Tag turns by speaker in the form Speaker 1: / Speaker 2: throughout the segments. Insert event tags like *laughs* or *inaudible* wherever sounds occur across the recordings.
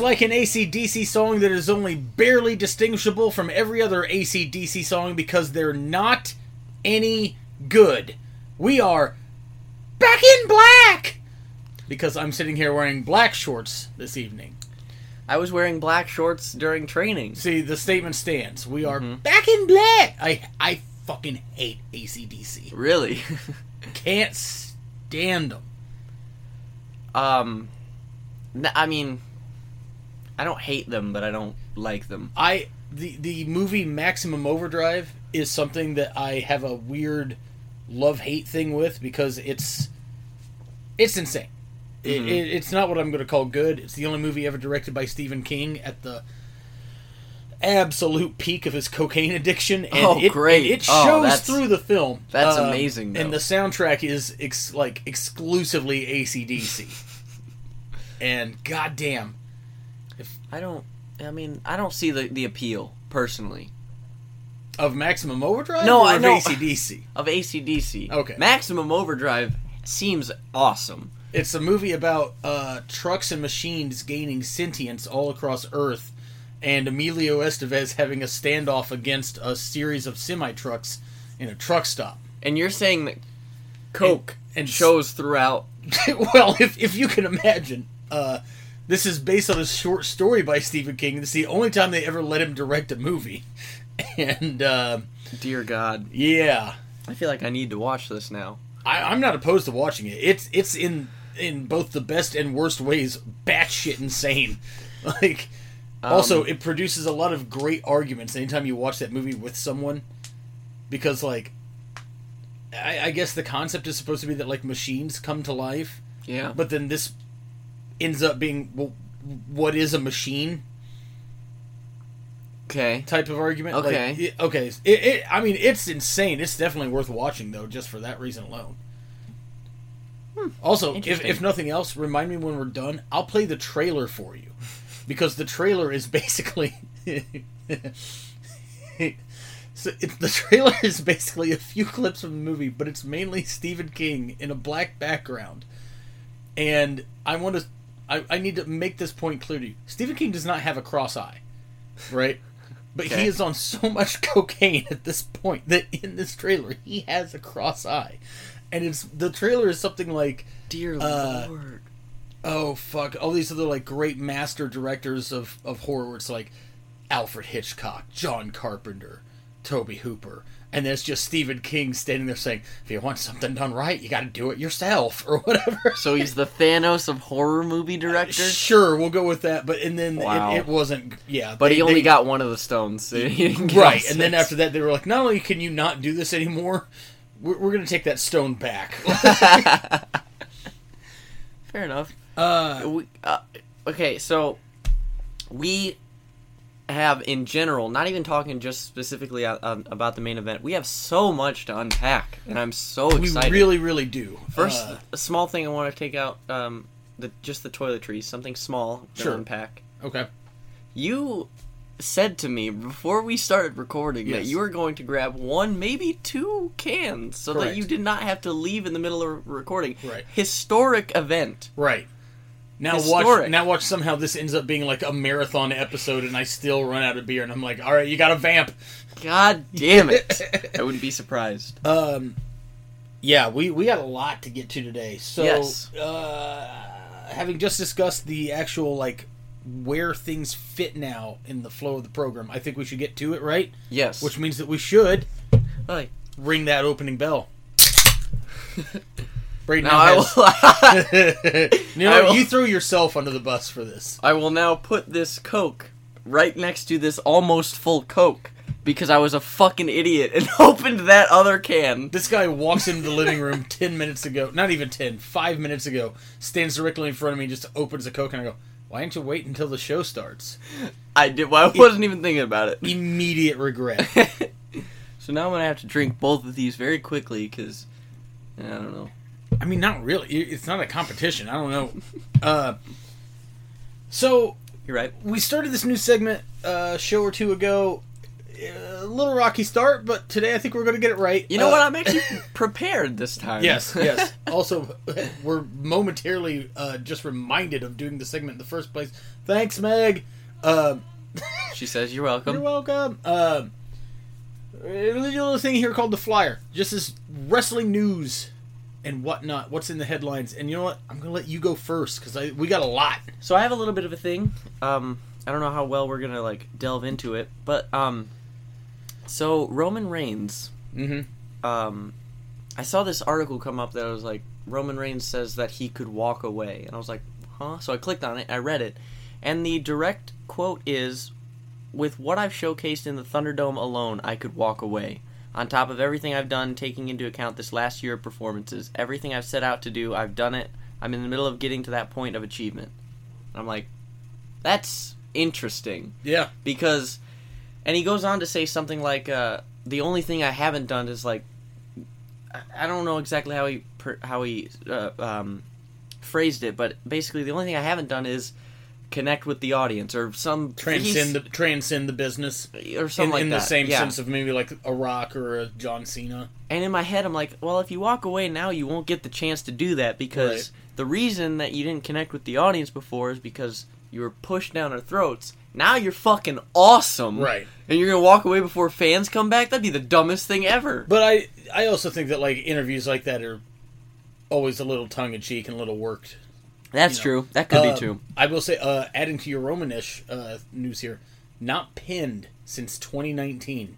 Speaker 1: like an ACDC song that is only barely distinguishable from every other ACDC song because they're not any good. We are back in black! Because I'm sitting here wearing black shorts this evening.
Speaker 2: I was wearing black shorts during training.
Speaker 1: See, the statement stands. We are back in black! I, I fucking hate ACDC.
Speaker 2: Really? *laughs*
Speaker 1: Can't stand them.
Speaker 2: um, n- I mean, I don't hate them, but I don't like them.
Speaker 1: I the the movie Maximum Overdrive is something that I have a weird love hate thing with because it's it's insane. It,
Speaker 2: Mhm.
Speaker 1: it, it's not what I'm going to call good. It's the only movie ever directed by Stephen King at the absolute peak of his cocaine addiction, and
Speaker 2: Oh,
Speaker 1: it,
Speaker 2: great.
Speaker 1: and it
Speaker 2: Oh,
Speaker 1: shows
Speaker 2: that's-
Speaker 1: through the film.
Speaker 2: that's
Speaker 1: Um,
Speaker 2: amazing, though.
Speaker 1: And the soundtrack is ex- like exclusively
Speaker 2: *laughs*
Speaker 1: ACDC. and goddamn,
Speaker 2: I don't. I mean, I don't see the the appeal personally
Speaker 1: of Maximum Overdrive.
Speaker 2: No,
Speaker 1: or
Speaker 2: I
Speaker 1: of
Speaker 2: know.
Speaker 1: ACDC.
Speaker 2: of ACDC.
Speaker 1: Okay.
Speaker 2: Maximum Overdrive seems awesome.
Speaker 1: It's a movie about uh, trucks and machines gaining sentience all across Earth, and Emilio Estevez having a standoff against a series of semi trucks in a truck stop. *laughs*
Speaker 2: And you're saying that Coke
Speaker 1: And- and-
Speaker 2: shows throughout.
Speaker 1: well, if if you can imagine, uh, this is based on a short story by Stephen King. This is the only time they ever let him direct a movie, *laughs* and uh,
Speaker 2: Dear God,
Speaker 1: yeah,
Speaker 2: I feel like I need to watch this now.
Speaker 1: I, I'm not opposed to watching it. It's it's in in both the best and worst ways, batshit insane. *laughs* Like, also, it produces a lot of great arguments anytime you watch that movie with someone, because like, I, I guess the concept is supposed to be that like machines come to life,
Speaker 2: Yeah.
Speaker 1: but then this ends up being well, what is a machine
Speaker 2: Okay.
Speaker 1: type of argument. Like,
Speaker 2: Okay.
Speaker 1: it- okay. It, it, I mean, it's insane. It's definitely worth watching though, just for that reason alone. Also, if,
Speaker 2: Hmm. Interesting.
Speaker 1: if nothing else, remind me when we're done. I'll play the trailer for you, because the trailer is *laughs* basically. So it's the trailer is basically a few clips from the movie, but it's mainly Stephen King in a black background. And I want to, I, I need to make this point clear to you. Stephen King does not have a cross eye, right? But
Speaker 2: Okay.
Speaker 1: he is on so much *laughs* cocaine at this point that in this trailer he has a cross eye, and it's the trailer is something like
Speaker 2: Dear
Speaker 1: Uh,
Speaker 2: Lord.
Speaker 1: oh fuck all these other like great master directors of of horror where it's like alfred hitchcock john carpenter toby hooper and there's just stephen king standing there saying if you want something done right you got to do it yourself *laughs* or whatever
Speaker 2: So he's the Thanos of horror movie directors,
Speaker 1: sure we'll go with that but and then
Speaker 2: Wow.
Speaker 1: it, it wasn't yeah
Speaker 2: but
Speaker 1: they-
Speaker 2: he only
Speaker 1: they-
Speaker 2: got one of the stones. so *laughs* he didn't get all
Speaker 1: right and then
Speaker 2: six.
Speaker 1: after that they were like not only can you not do this anymore we're, we're gonna take that stone
Speaker 2: *laughs*
Speaker 1: back
Speaker 2: Fair enough.
Speaker 1: uh
Speaker 2: We, uh, okay, so we have in general, not even talking just specifically uh, um, about the main event. We have so much to unpack, and I'm so
Speaker 1: we
Speaker 2: excited.
Speaker 1: really really do
Speaker 2: First,
Speaker 1: Uh,
Speaker 2: a small thing I want to take out, um, the just the toiletries, something small to
Speaker 1: Sure.
Speaker 2: unpack.
Speaker 1: okay
Speaker 2: You said to me before we started recording that
Speaker 1: Yes.
Speaker 2: you were going to grab one, maybe two cans, so that
Speaker 1: Correct.
Speaker 2: you did not have to leave in the middle of recording.
Speaker 1: Right.
Speaker 2: Historic event.
Speaker 1: Right. Now
Speaker 2: Historic.
Speaker 1: watch. Now watch. Somehow this ends up being like a marathon episode, and I still run out of beer, and I'm like, "All right, you got to vamp."
Speaker 2: God damn it! Uh, I wouldn't be surprised.
Speaker 1: Um, yeah, we we got a lot to get to today. So,
Speaker 2: Yes.
Speaker 1: uh, having just discussed the actual like where things fit now in the flow of the program, I think we should get to it, right?
Speaker 2: Yes.
Speaker 1: Which means that we should
Speaker 2: Like,
Speaker 1: ring that opening
Speaker 2: *laughs*
Speaker 1: bell. Braden
Speaker 2: now I
Speaker 1: now has,
Speaker 2: will. *laughs*
Speaker 1: you know,
Speaker 2: I
Speaker 1: what?
Speaker 2: will-
Speaker 1: you threw yourself under the bus for this.
Speaker 2: I will now put this Coke right next to this almost full Coke because I was a fucking idiot and *laughs* opened that other can.
Speaker 1: This guy walks into the living room 10 minutes ago, not even 10, five minutes ago, stands directly in front of me, just opens a Coke, and I go, Why didn't you wait until the show starts?
Speaker 2: I did. Well, I wasn't even thinking about it.
Speaker 1: *laughs* Immediate
Speaker 2: *laughs*
Speaker 1: regret.
Speaker 2: So now I'm gonna have to drink both of these very quickly because I don't know.
Speaker 1: I mean, not really. It- It's not a competition. I don't know. Uh, so,
Speaker 2: You're right.
Speaker 1: we started this new segment uh, a show or two ago. a little rocky start, but today I think we're going to get it right.
Speaker 2: You know
Speaker 1: Uh,
Speaker 2: what? I'm actually prepared this time.
Speaker 1: *laughs* Yes, yes. also, *laughs* we're momentarily uh, just reminded of doing the segment in the first place. Thanks, Meg. Uh,
Speaker 2: *laughs* she says you're welcome.
Speaker 1: you're welcome. Uh, there's a little thing here called the flyer. Just this wrestling news and whatnot. What's in the headlines? And you know what? I'm going to let you go first because we got a lot.
Speaker 2: So I have a little bit of a thing. Um, I don't know how well we're gonna like delve into it, but um, so Roman Reigns.
Speaker 1: Mhm.
Speaker 2: Um, I saw this article come up that was like Roman Reigns says that he could walk away, and I was like, huh? So I clicked on it, I read it, and the direct quote is, "With what I've showcased in the Thunderdome alone, I could walk away." On top of everything I've done, taking into account this last year of performances, everything I've set out to do, I've done it. I'm in the middle of getting to that point of achievement. And I'm like, that's interesting
Speaker 1: Yeah.
Speaker 2: because, and he goes on to say something like, uh, "The only thing I haven't done is like, I- I don't know exactly how he per, how he uh, um, phrased it, but basically the only thing I haven't done is connect with the audience or some
Speaker 1: Transcend the, transcend the business.
Speaker 2: or
Speaker 1: In,
Speaker 2: something like
Speaker 1: in
Speaker 2: that.
Speaker 1: the same
Speaker 2: yeah.
Speaker 1: sense of maybe like a Rock or a John Cena.
Speaker 2: And in my head, I'm like, well, if you walk away now, you won't get the chance to do that because the reason that you didn't connect with the audience before is because you were pushed down our throats. Now you're fucking awesome.
Speaker 1: Right.
Speaker 2: And you're going to walk away before fans come back? That'd be the dumbest thing ever.
Speaker 1: But I I also think that like interviews like that are always a little tongue in cheek and a little worked.
Speaker 2: That's
Speaker 1: you know,
Speaker 2: true. That could
Speaker 1: Uh,
Speaker 2: be true.
Speaker 1: I will say, uh, adding to your Romanish uh, news here, not pinned since 2019.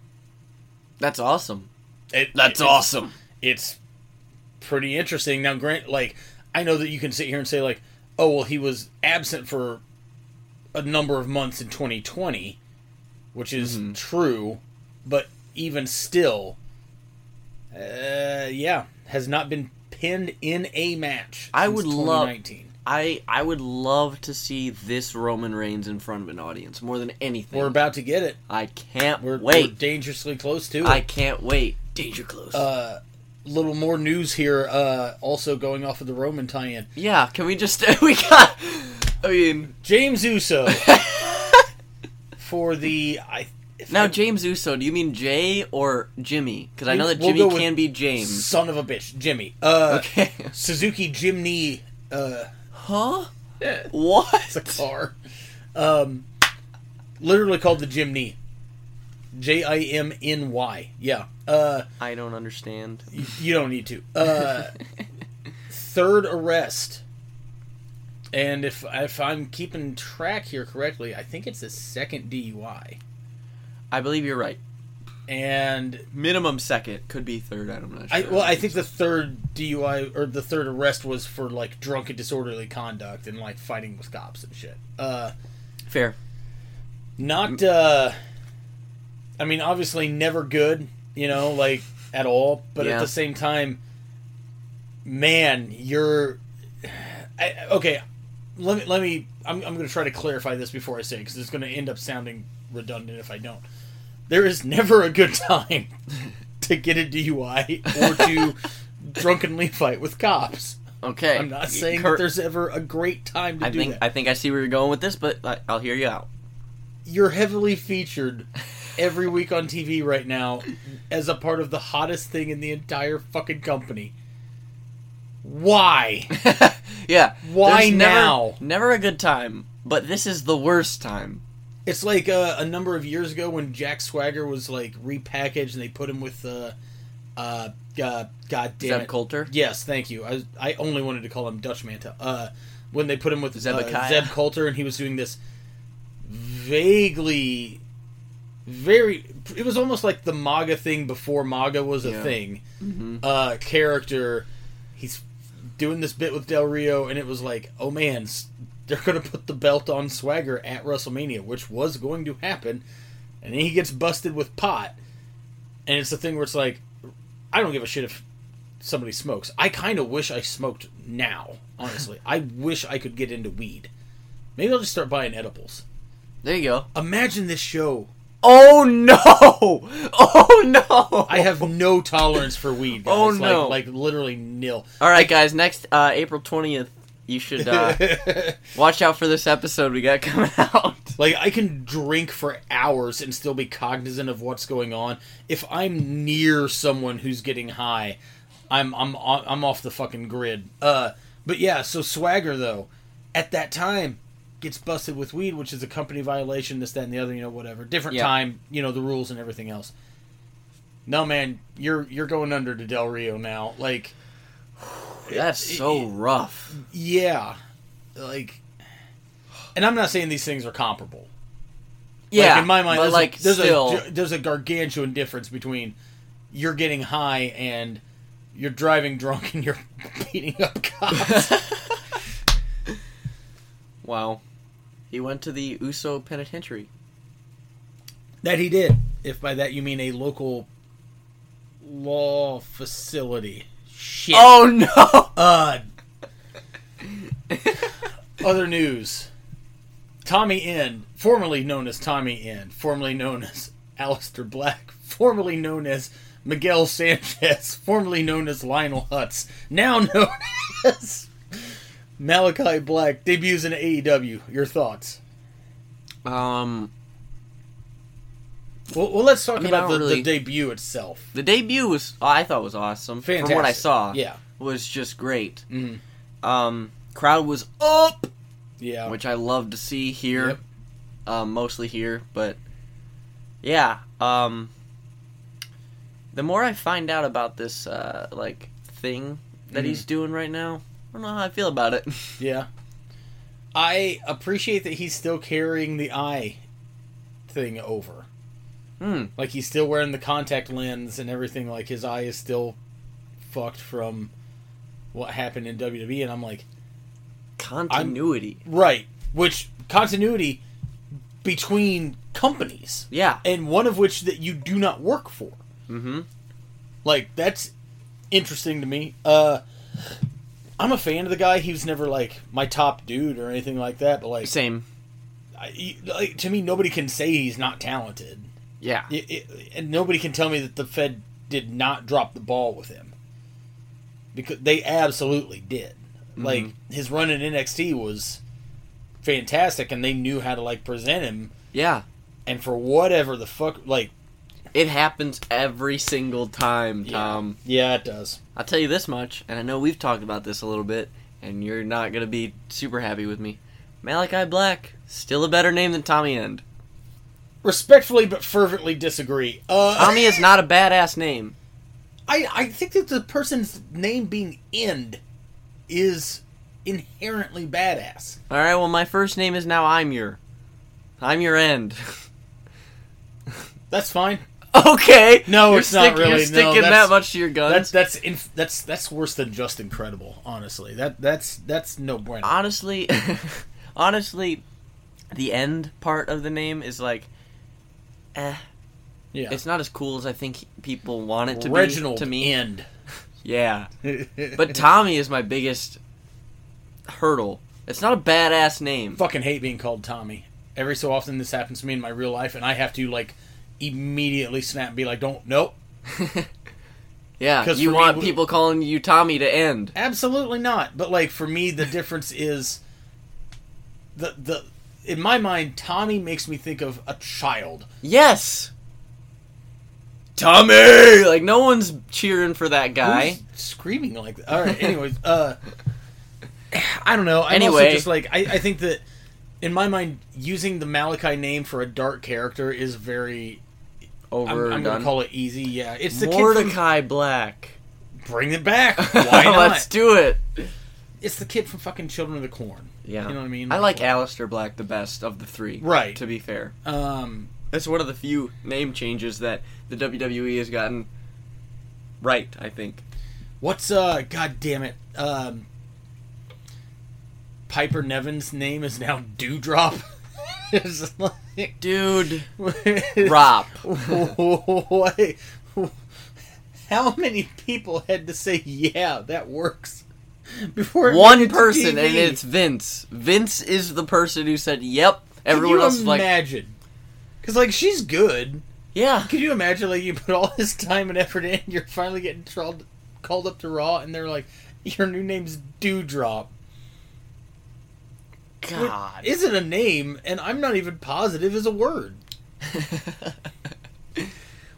Speaker 2: That's awesome.
Speaker 1: It-
Speaker 2: That's
Speaker 1: it's-
Speaker 2: awesome.
Speaker 1: It's pretty interesting. Now, Grant, like I know that you can sit here and say like, oh well, he was absent for a number of months in 2020, which is
Speaker 2: Mm-hmm.
Speaker 1: true, but even still, uh, yeah, has not been pinned in a match.
Speaker 2: I
Speaker 1: since
Speaker 2: would love-
Speaker 1: 2019.
Speaker 2: I I would love to see this Roman Reigns in front of an audience more than anything.
Speaker 1: We're about to get it.
Speaker 2: I can't
Speaker 1: We're, we're
Speaker 2: wait.
Speaker 1: dangerously close to it.
Speaker 2: I can't wait. Danger close.
Speaker 1: Uh, little more news here. Uh, also going off of the Roman tie-in,
Speaker 2: yeah, can we just *laughs* we got I mean
Speaker 1: James Uso for the I if
Speaker 2: Now,
Speaker 1: I-
Speaker 2: James Uso, do you mean Jay or Jimmy? Because I know that
Speaker 1: We'll
Speaker 2: Jimmy
Speaker 1: go with
Speaker 2: can be James.
Speaker 1: son of a bitch Jimmy uh,
Speaker 2: Okay. *laughs*
Speaker 1: Suzuki Jimny. Uh,
Speaker 2: Huh?
Speaker 1: Yeah.
Speaker 2: What?
Speaker 1: it's a car, um, literally called the Jimny. J I M N Y. Yeah. Uh,
Speaker 2: I don't understand.
Speaker 1: y- you don't need to. Uh, third arrest. And if if I'm keeping track here correctly, I think it's the second DUI.
Speaker 2: I believe you're right.
Speaker 1: And
Speaker 2: Minimum second, could be third. I'm not
Speaker 1: I
Speaker 2: sure.
Speaker 1: well, I think the third DUI or the third arrest was for like drunken disorderly conduct and like fighting with cops and shit. Uh,
Speaker 2: fair.
Speaker 1: not.
Speaker 2: Mm.
Speaker 1: Uh, I mean, obviously, never good. You know, like at all. But
Speaker 2: Yeah.
Speaker 1: at the same time, man, you're. I, okay, let me let me. I'm I'm going to try to clarify this before I say because it's going to end up sounding redundant if I don't. There is never a good time *laughs* to get a DUI or
Speaker 2: *laughs*
Speaker 1: to drunkenly fight with cops.
Speaker 2: Okay.
Speaker 1: I'm not saying
Speaker 2: Cor-
Speaker 1: that there's ever a great time to
Speaker 2: I
Speaker 1: do
Speaker 2: think
Speaker 1: that.
Speaker 2: I think I see where you're going with this, but I, I'll hear you out.
Speaker 1: You're heavily featured every week on TV right now as a part of the hottest thing in the entire fucking company. Why?
Speaker 2: yeah.
Speaker 1: Why
Speaker 2: there's
Speaker 1: now?
Speaker 2: Never, never a good time, but this is the worst time.
Speaker 1: It's like uh, a number of years ago when Jack Swagger was like repackaged and they put him with uh, uh, uh God damn
Speaker 2: Zeb
Speaker 1: it.
Speaker 2: Coulter.
Speaker 1: Yes, thank you. I was- I only wanted to call him Dutch Manta. Uh, when they put him with uh,
Speaker 2: Zebekiah.
Speaker 1: Zeb Coulter, and he was doing this vaguely, very. It was almost like the MAGA thing before MAGA was a
Speaker 2: Yeah.
Speaker 1: thing. Uh, character, he's doing this bit with Del Rio, and it was like, oh man, s- they're gonna put the belt on Swagger at WrestleMania, which was going to happen, and then he gets busted with pot, and it's the thing where it's like, I don't give a shit if somebody smokes. I kind of wish I smoked now, honestly. I wish I could get into weed. Maybe I'll just start buying edibles.
Speaker 2: There you go.
Speaker 1: Imagine this show.
Speaker 2: Oh no! *laughs* Oh no!
Speaker 1: I have no tolerance for weed. Guys.
Speaker 2: Oh, no.
Speaker 1: Like, like literally nil.
Speaker 2: All right, guys. Next
Speaker 1: *laughs*
Speaker 2: uh, April twentieth, you should uh, watch out for this episode we got *laughs* coming out.
Speaker 1: Like I can drink for hours and still be cognizant of what's going on. If I'm near someone who's getting high, I'm I'm o- I'm off the fucking grid. Uh, but yeah, so Swagger though, at that time, gets busted with weed, which is a company violation. This, that, and the other. You know, whatever. Different
Speaker 2: Yeah.
Speaker 1: time. You know the rules and everything else. No man, you're you're going under to Del Rio now. Like
Speaker 2: That's so rough.
Speaker 1: yeah, like, and I'm not saying these things are comparable.
Speaker 2: Yeah,
Speaker 1: like, in my mind,
Speaker 2: but
Speaker 1: there's,
Speaker 2: like
Speaker 1: a, there's,
Speaker 2: still,
Speaker 1: a, there's a gargantuan difference between you're getting high and you're driving drunk and you're *laughs* beating up
Speaker 2: *laughs*
Speaker 1: cops.
Speaker 2: wow. He went to the Uso Penitentiary.
Speaker 1: that he did, if by that you mean a local law facility. Shit.
Speaker 2: Oh no!
Speaker 1: Uh, *laughs* other news. Tommy N, formerly known as Tommy N, formerly known as Alistair Black, formerly known as Miguel Sanchez, *laughs* formerly known as Lionel Hutz, now known *laughs* as Malachi Black, debuts in AEW. Your thoughts?
Speaker 2: Um,
Speaker 1: Well, well let's talk
Speaker 2: mean, I
Speaker 1: about the,
Speaker 2: don't really-
Speaker 1: the debut itself.
Speaker 2: the debut was oh, I thought was awesome.
Speaker 1: Fantastic.
Speaker 2: From what I saw,
Speaker 1: Yeah.
Speaker 2: was just great.
Speaker 1: Mhm.
Speaker 2: Um, crowd was up,
Speaker 1: Yeah.
Speaker 2: which I love to see here,
Speaker 1: Oh. Yep.
Speaker 2: um, mostly here, but yeah. Um, the more I find out about this uh, like thing that he's doing right now, I don't know how I feel about it. *laughs*
Speaker 1: Yeah. I appreciate that he's still carrying the eye thing over.
Speaker 2: hmm.
Speaker 1: Like he's still wearing the contact lens and everything. Like his eye is still fucked from what happened in WWE. And I'm like,
Speaker 2: Continuity.
Speaker 1: right. Which continuity between companies,
Speaker 2: Yeah.
Speaker 1: and one of which that you do not work for.
Speaker 2: Mm-hmm.
Speaker 1: Like that's interesting to me. Uh, I'm a fan of the guy. He was never like my top dude or anything like that. But like,
Speaker 2: Same.
Speaker 1: I, he- like to me, nobody can say he's not talented.
Speaker 2: Yeah.
Speaker 1: It, it, and nobody can tell me that the Fed did not drop the ball with him because they absolutely did.
Speaker 2: Mm-hmm.
Speaker 1: Like his run in NXT was fantastic, and they knew how to like present him.
Speaker 2: Yeah.
Speaker 1: And for whatever the fuck, like
Speaker 2: It happens every single time, Tom.
Speaker 1: yeah, it does.
Speaker 2: I'll tell you this much, and I know we've talked about this a little bit, and you're not gonna be super happy with me. Malachi Black, still a better name than Tommy End.
Speaker 1: Respectfully but fervently disagree. Uh,
Speaker 2: Tommy is not a badass name.
Speaker 1: *laughs* I I think that the person's name being end is inherently badass.
Speaker 2: All right, well, my first name is now I'm your. I'm your end. *laughs*
Speaker 1: That's fine.
Speaker 2: okay.
Speaker 1: No,
Speaker 2: You're
Speaker 1: it's not really, no,
Speaker 2: You're sticking
Speaker 1: that's-
Speaker 2: that much to your guns.
Speaker 1: That's that's inf- that's that's worse than just incredible. Honestly, that that's that's no bueno.
Speaker 2: honestly, *laughs* honestly, the end part of the name is like, eh,
Speaker 1: Yeah.
Speaker 2: it's not as cool as I think people want it to
Speaker 1: Reginald
Speaker 2: be. To me, *laughs*
Speaker 1: end.
Speaker 2: yeah.
Speaker 1: *laughs*
Speaker 2: But Tommy is my biggest hurdle. It's not a badass name.
Speaker 1: fucking hate being called Tommy. Every so often this happens to me in my real life and I have to like immediately snap and be like, Don't nope.
Speaker 2: Yeah,
Speaker 1: 'Cause
Speaker 2: you
Speaker 1: for me,
Speaker 2: want
Speaker 1: we-
Speaker 2: people calling you Tommy to end.
Speaker 1: Absolutely not. But like for me the difference is the the in my mind, Tommy makes me think of a child.
Speaker 2: Yes. Tommy, like no one's cheering for that guy.
Speaker 1: Who's screaming like that? All right. Anyways, uh, *sighs* I don't know. I'm also
Speaker 2: Anyway.
Speaker 1: just like I, I think that in my mind, using the Malachi name for a dark character is very. I'm,
Speaker 2: Over
Speaker 1: I'm gonna call it easy. Yeah, it's the kid. From,
Speaker 2: Mordecai Black.
Speaker 1: bring it
Speaker 2: *laughs*
Speaker 1: back. Why not?
Speaker 2: Let's do it.
Speaker 1: it's the kid from fucking Children of the Corn.
Speaker 2: Yeah.
Speaker 1: You know what I mean?
Speaker 2: I like Alistair Black the best of the three.
Speaker 1: Right.
Speaker 2: To be fair.
Speaker 1: Um.
Speaker 2: That's one of the few name changes that the WWE has gotten right, I think.
Speaker 1: What's uh? God damn it. Um. Piper Nevin's name is now Dewdrop. *laughs* it's like,
Speaker 2: Dude.
Speaker 1: Rob.
Speaker 2: *laughs* Rob.
Speaker 1: *laughs* Why- How many people had to say, "Yeah, that works"? Before it made
Speaker 2: One
Speaker 1: it to
Speaker 2: person,
Speaker 1: TV?
Speaker 2: and it's Vince. Vince is the person who said, yep.
Speaker 1: Could
Speaker 2: Everyone
Speaker 1: you
Speaker 2: else is like,
Speaker 1: imagine? Because like she's good.
Speaker 2: yeah.
Speaker 1: Could you imagine like you put all this time and effort in, you're finally getting trolled, called up to Raw, and they're like, "Your new name's Dewdrop."
Speaker 2: God.
Speaker 1: is it a name? And I'm not even positive is a word.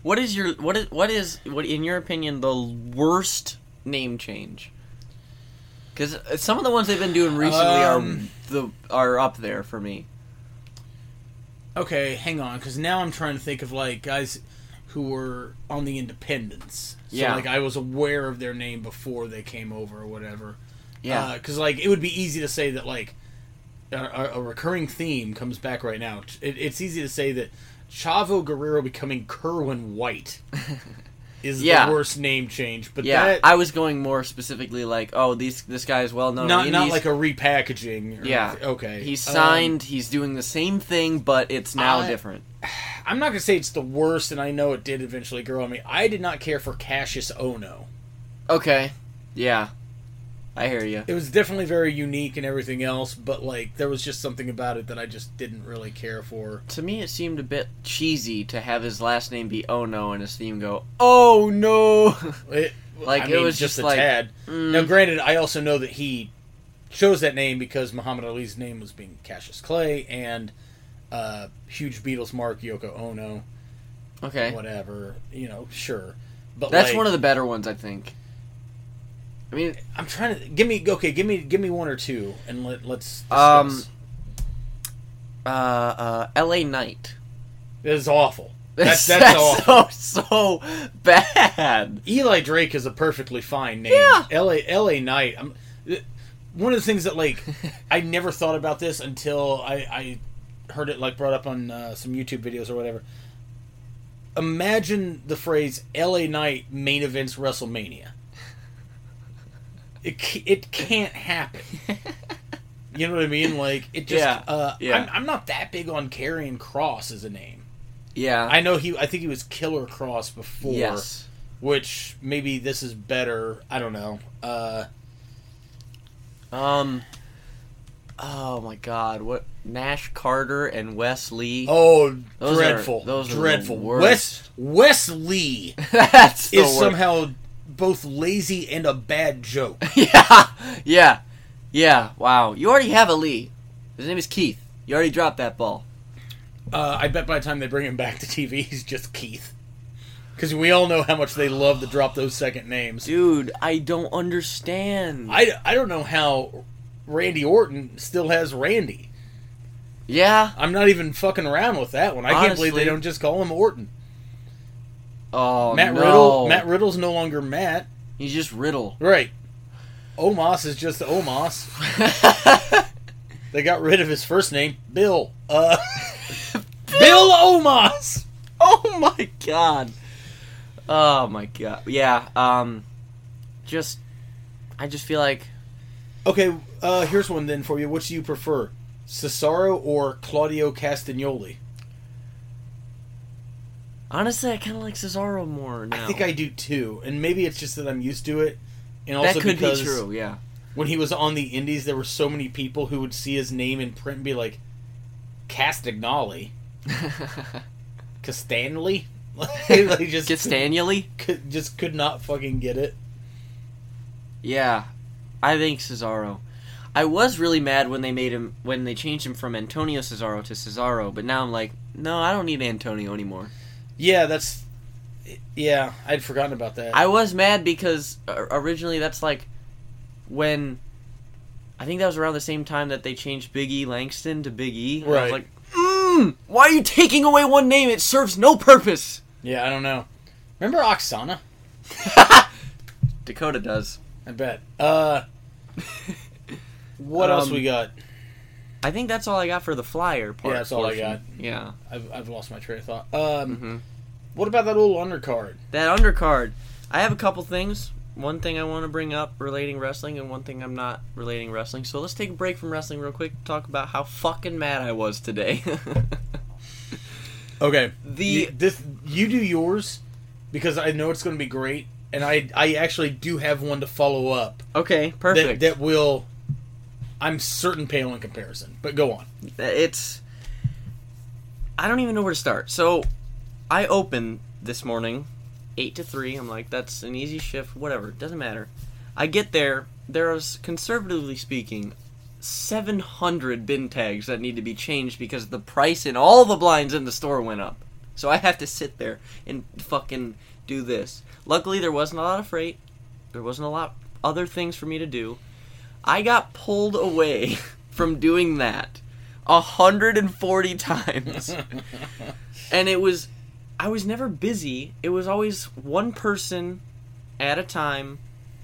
Speaker 2: what is your what is what is what in your opinion the worst name change? Because some of the ones they've been doing recently
Speaker 1: Um,
Speaker 2: are the are up there for me.
Speaker 1: Okay, hang on, because now I'm trying to think of like guys who were on the Independence. So,
Speaker 2: Yeah.
Speaker 1: like I was aware of their name before they came over or whatever.
Speaker 2: Yeah,
Speaker 1: because like it would be easy to say that like a, a- a recurring theme comes back right now. It, it's easy to say that Chavo Guerrero becoming Kerwin *laughs* White is
Speaker 2: Yeah.
Speaker 1: the worst name change, but
Speaker 2: yeah.
Speaker 1: that
Speaker 2: I was going more specifically like, oh, these this guy is well known.
Speaker 1: not
Speaker 2: in the
Speaker 1: not like
Speaker 2: indies.
Speaker 1: a repackaging. or
Speaker 2: yeah.
Speaker 1: anything. okay.
Speaker 2: He's
Speaker 1: Um,
Speaker 2: signed. he's doing the same thing, but it's now
Speaker 1: I-
Speaker 2: different.
Speaker 1: I'm not gonna say it's the worst, and I know it did eventually grow on me. I did not care for Cassius Ono.
Speaker 2: Okay. Yeah, I hear you.
Speaker 1: It was definitely very unique and everything else, but like there was just something about it that I just didn't really care for.
Speaker 2: To me, it seemed a bit cheesy to have his last name be Oh No and his theme go Oh No. *laughs*
Speaker 1: It,
Speaker 2: Like,
Speaker 1: I
Speaker 2: it
Speaker 1: mean,
Speaker 2: was
Speaker 1: just,
Speaker 2: just
Speaker 1: a
Speaker 2: like,
Speaker 1: tad.
Speaker 2: Mm,
Speaker 1: Now, granted, I also know that he chose that name because Muhammad Ali's name was being Cassius Clay and uh, huge Beatles mark Yoko Ono,
Speaker 2: okay,
Speaker 1: whatever. You know, sure, but
Speaker 2: that's
Speaker 1: like,
Speaker 2: one of the better ones, I think. I mean,
Speaker 1: I'm trying to give me okay, give me give me one or two, and let let's. Discuss.
Speaker 2: Um, uh, uh L.A. Knight. *laughs*
Speaker 1: This is awful. That's that's awful.
Speaker 2: so so bad.
Speaker 1: Eli Drake is a perfectly fine name.
Speaker 2: Yeah.
Speaker 1: LA LA Knight. I'm, th- one of the things that
Speaker 2: *laughs*
Speaker 1: like I never thought about this until I, I heard it like brought up on uh, some YouTube videos or whatever. Imagine the phrase LA Knight main events WrestleMania. It ca- it can't
Speaker 2: *laughs*
Speaker 1: happen. You know what I mean? Like it just
Speaker 2: Yeah.
Speaker 1: uh
Speaker 2: Yeah.
Speaker 1: I'm, I'm not that big on carrying Cross as a name.
Speaker 2: Yeah.
Speaker 1: I know he I think he was Killer Cross before
Speaker 2: yes.
Speaker 1: which maybe this is better. I don't know. Uh,
Speaker 2: Um. Oh my God! What Nash Carter and Wesley?
Speaker 1: oh,
Speaker 2: Those are-
Speaker 1: dreadful!
Speaker 2: those are the
Speaker 1: dreadful.
Speaker 2: worst.
Speaker 1: Wes
Speaker 2: *laughs*
Speaker 1: Wesley
Speaker 2: *laughs* that's the
Speaker 1: is
Speaker 2: worst.
Speaker 1: somehow both lazy and a bad joke.
Speaker 2: *laughs* yeah, yeah, yeah. Wow, you already have a Lee. His name is Keith. You already dropped that ball.
Speaker 1: Uh, I bet by the time they bring him back to TV, he's just Keith. Because we all know how much they love to drop those second names.
Speaker 2: Dude, I don't understand.
Speaker 1: I, I don't know how Randy Orton still has Randy.
Speaker 2: yeah.
Speaker 1: I'm not even fucking around with that one. I can't believe
Speaker 2: Honestly.
Speaker 1: they don't just call him Orton.
Speaker 2: Oh
Speaker 1: Matt
Speaker 2: no.
Speaker 1: Riddle. Matt Riddle's no longer Matt.
Speaker 2: He's just Riddle. *laughs*
Speaker 1: Right. Omos is just Omos. They got rid of his first name, Bill.
Speaker 2: *laughs*
Speaker 1: Uh, Bill Omos.
Speaker 2: oh my god. Oh my god. Yeah. Um. Just. I just feel like.
Speaker 1: Okay, uh, here's one then for you. Which do you prefer, Cesaro or Claudio Castagnoli?
Speaker 2: Honestly, I kind of like Cesaro more now.
Speaker 1: I think I do too, and maybe it's just that I'm used to it. And also
Speaker 2: That could be
Speaker 1: because *laughs*
Speaker 2: true. Yeah.
Speaker 1: when he was on the Indies, there were so many people who would see his name in print and be like, Castagnoli, *laughs* Castanley. they just
Speaker 2: Get Staniely.
Speaker 1: could, just could not fucking get it.
Speaker 2: Yeah, I think Cesaro. I was really mad when they made him when they changed him from Antonio Cesaro to Cesaro, but now I'm like, no, I don't need Antonio anymore.
Speaker 1: Yeah, that's. Yeah, I'd forgotten about that.
Speaker 2: I was mad because uh, originally that's like when I think that was around the same time that they changed Big E Langston to Big E. and I
Speaker 1: Right.
Speaker 2: was like, mm, why are you taking away one name? It serves no purpose.
Speaker 1: yeah, I don't know. Remember Oksana?
Speaker 2: Dakota does.
Speaker 1: I bet.
Speaker 2: *laughs*
Speaker 1: Uh, what else
Speaker 2: Um,
Speaker 1: we got?
Speaker 2: I think that's all I got for the flyer part.
Speaker 1: Yeah, that's all I got.
Speaker 2: Yeah.
Speaker 1: I've, I've lost my train of thought. Um,
Speaker 2: Mm-hmm.
Speaker 1: what about that little undercard?
Speaker 2: That undercard. I have a couple things. One thing I want to bring up relating wrestling, and one thing I'm not relating wrestling. So let's take a break from wrestling real quick. Talk about how fucking mad I was today. *laughs*
Speaker 1: Okay,
Speaker 2: the
Speaker 1: you, this you do yours because I know it's going to be great, and I I actually do have one to follow up
Speaker 2: okay,
Speaker 1: that
Speaker 2: perfect.
Speaker 1: that will. I'm certain pale in comparison, but go on.
Speaker 2: it's I don't even know where to start. So I open this morning, eight to three. I'm like, that's an easy shift. Whatever, doesn't matter. I get there. There's conservatively speaking, 700 bin tags that need to be changed because the price in all the blinds in the store went up. So I have to sit there and fucking do this. Luckily, there wasn't a lot of freight. There wasn't a lot other things for me to do. I got pulled away *laughs* from doing that 140 times. and it was I was never busy. It was always one person at a time,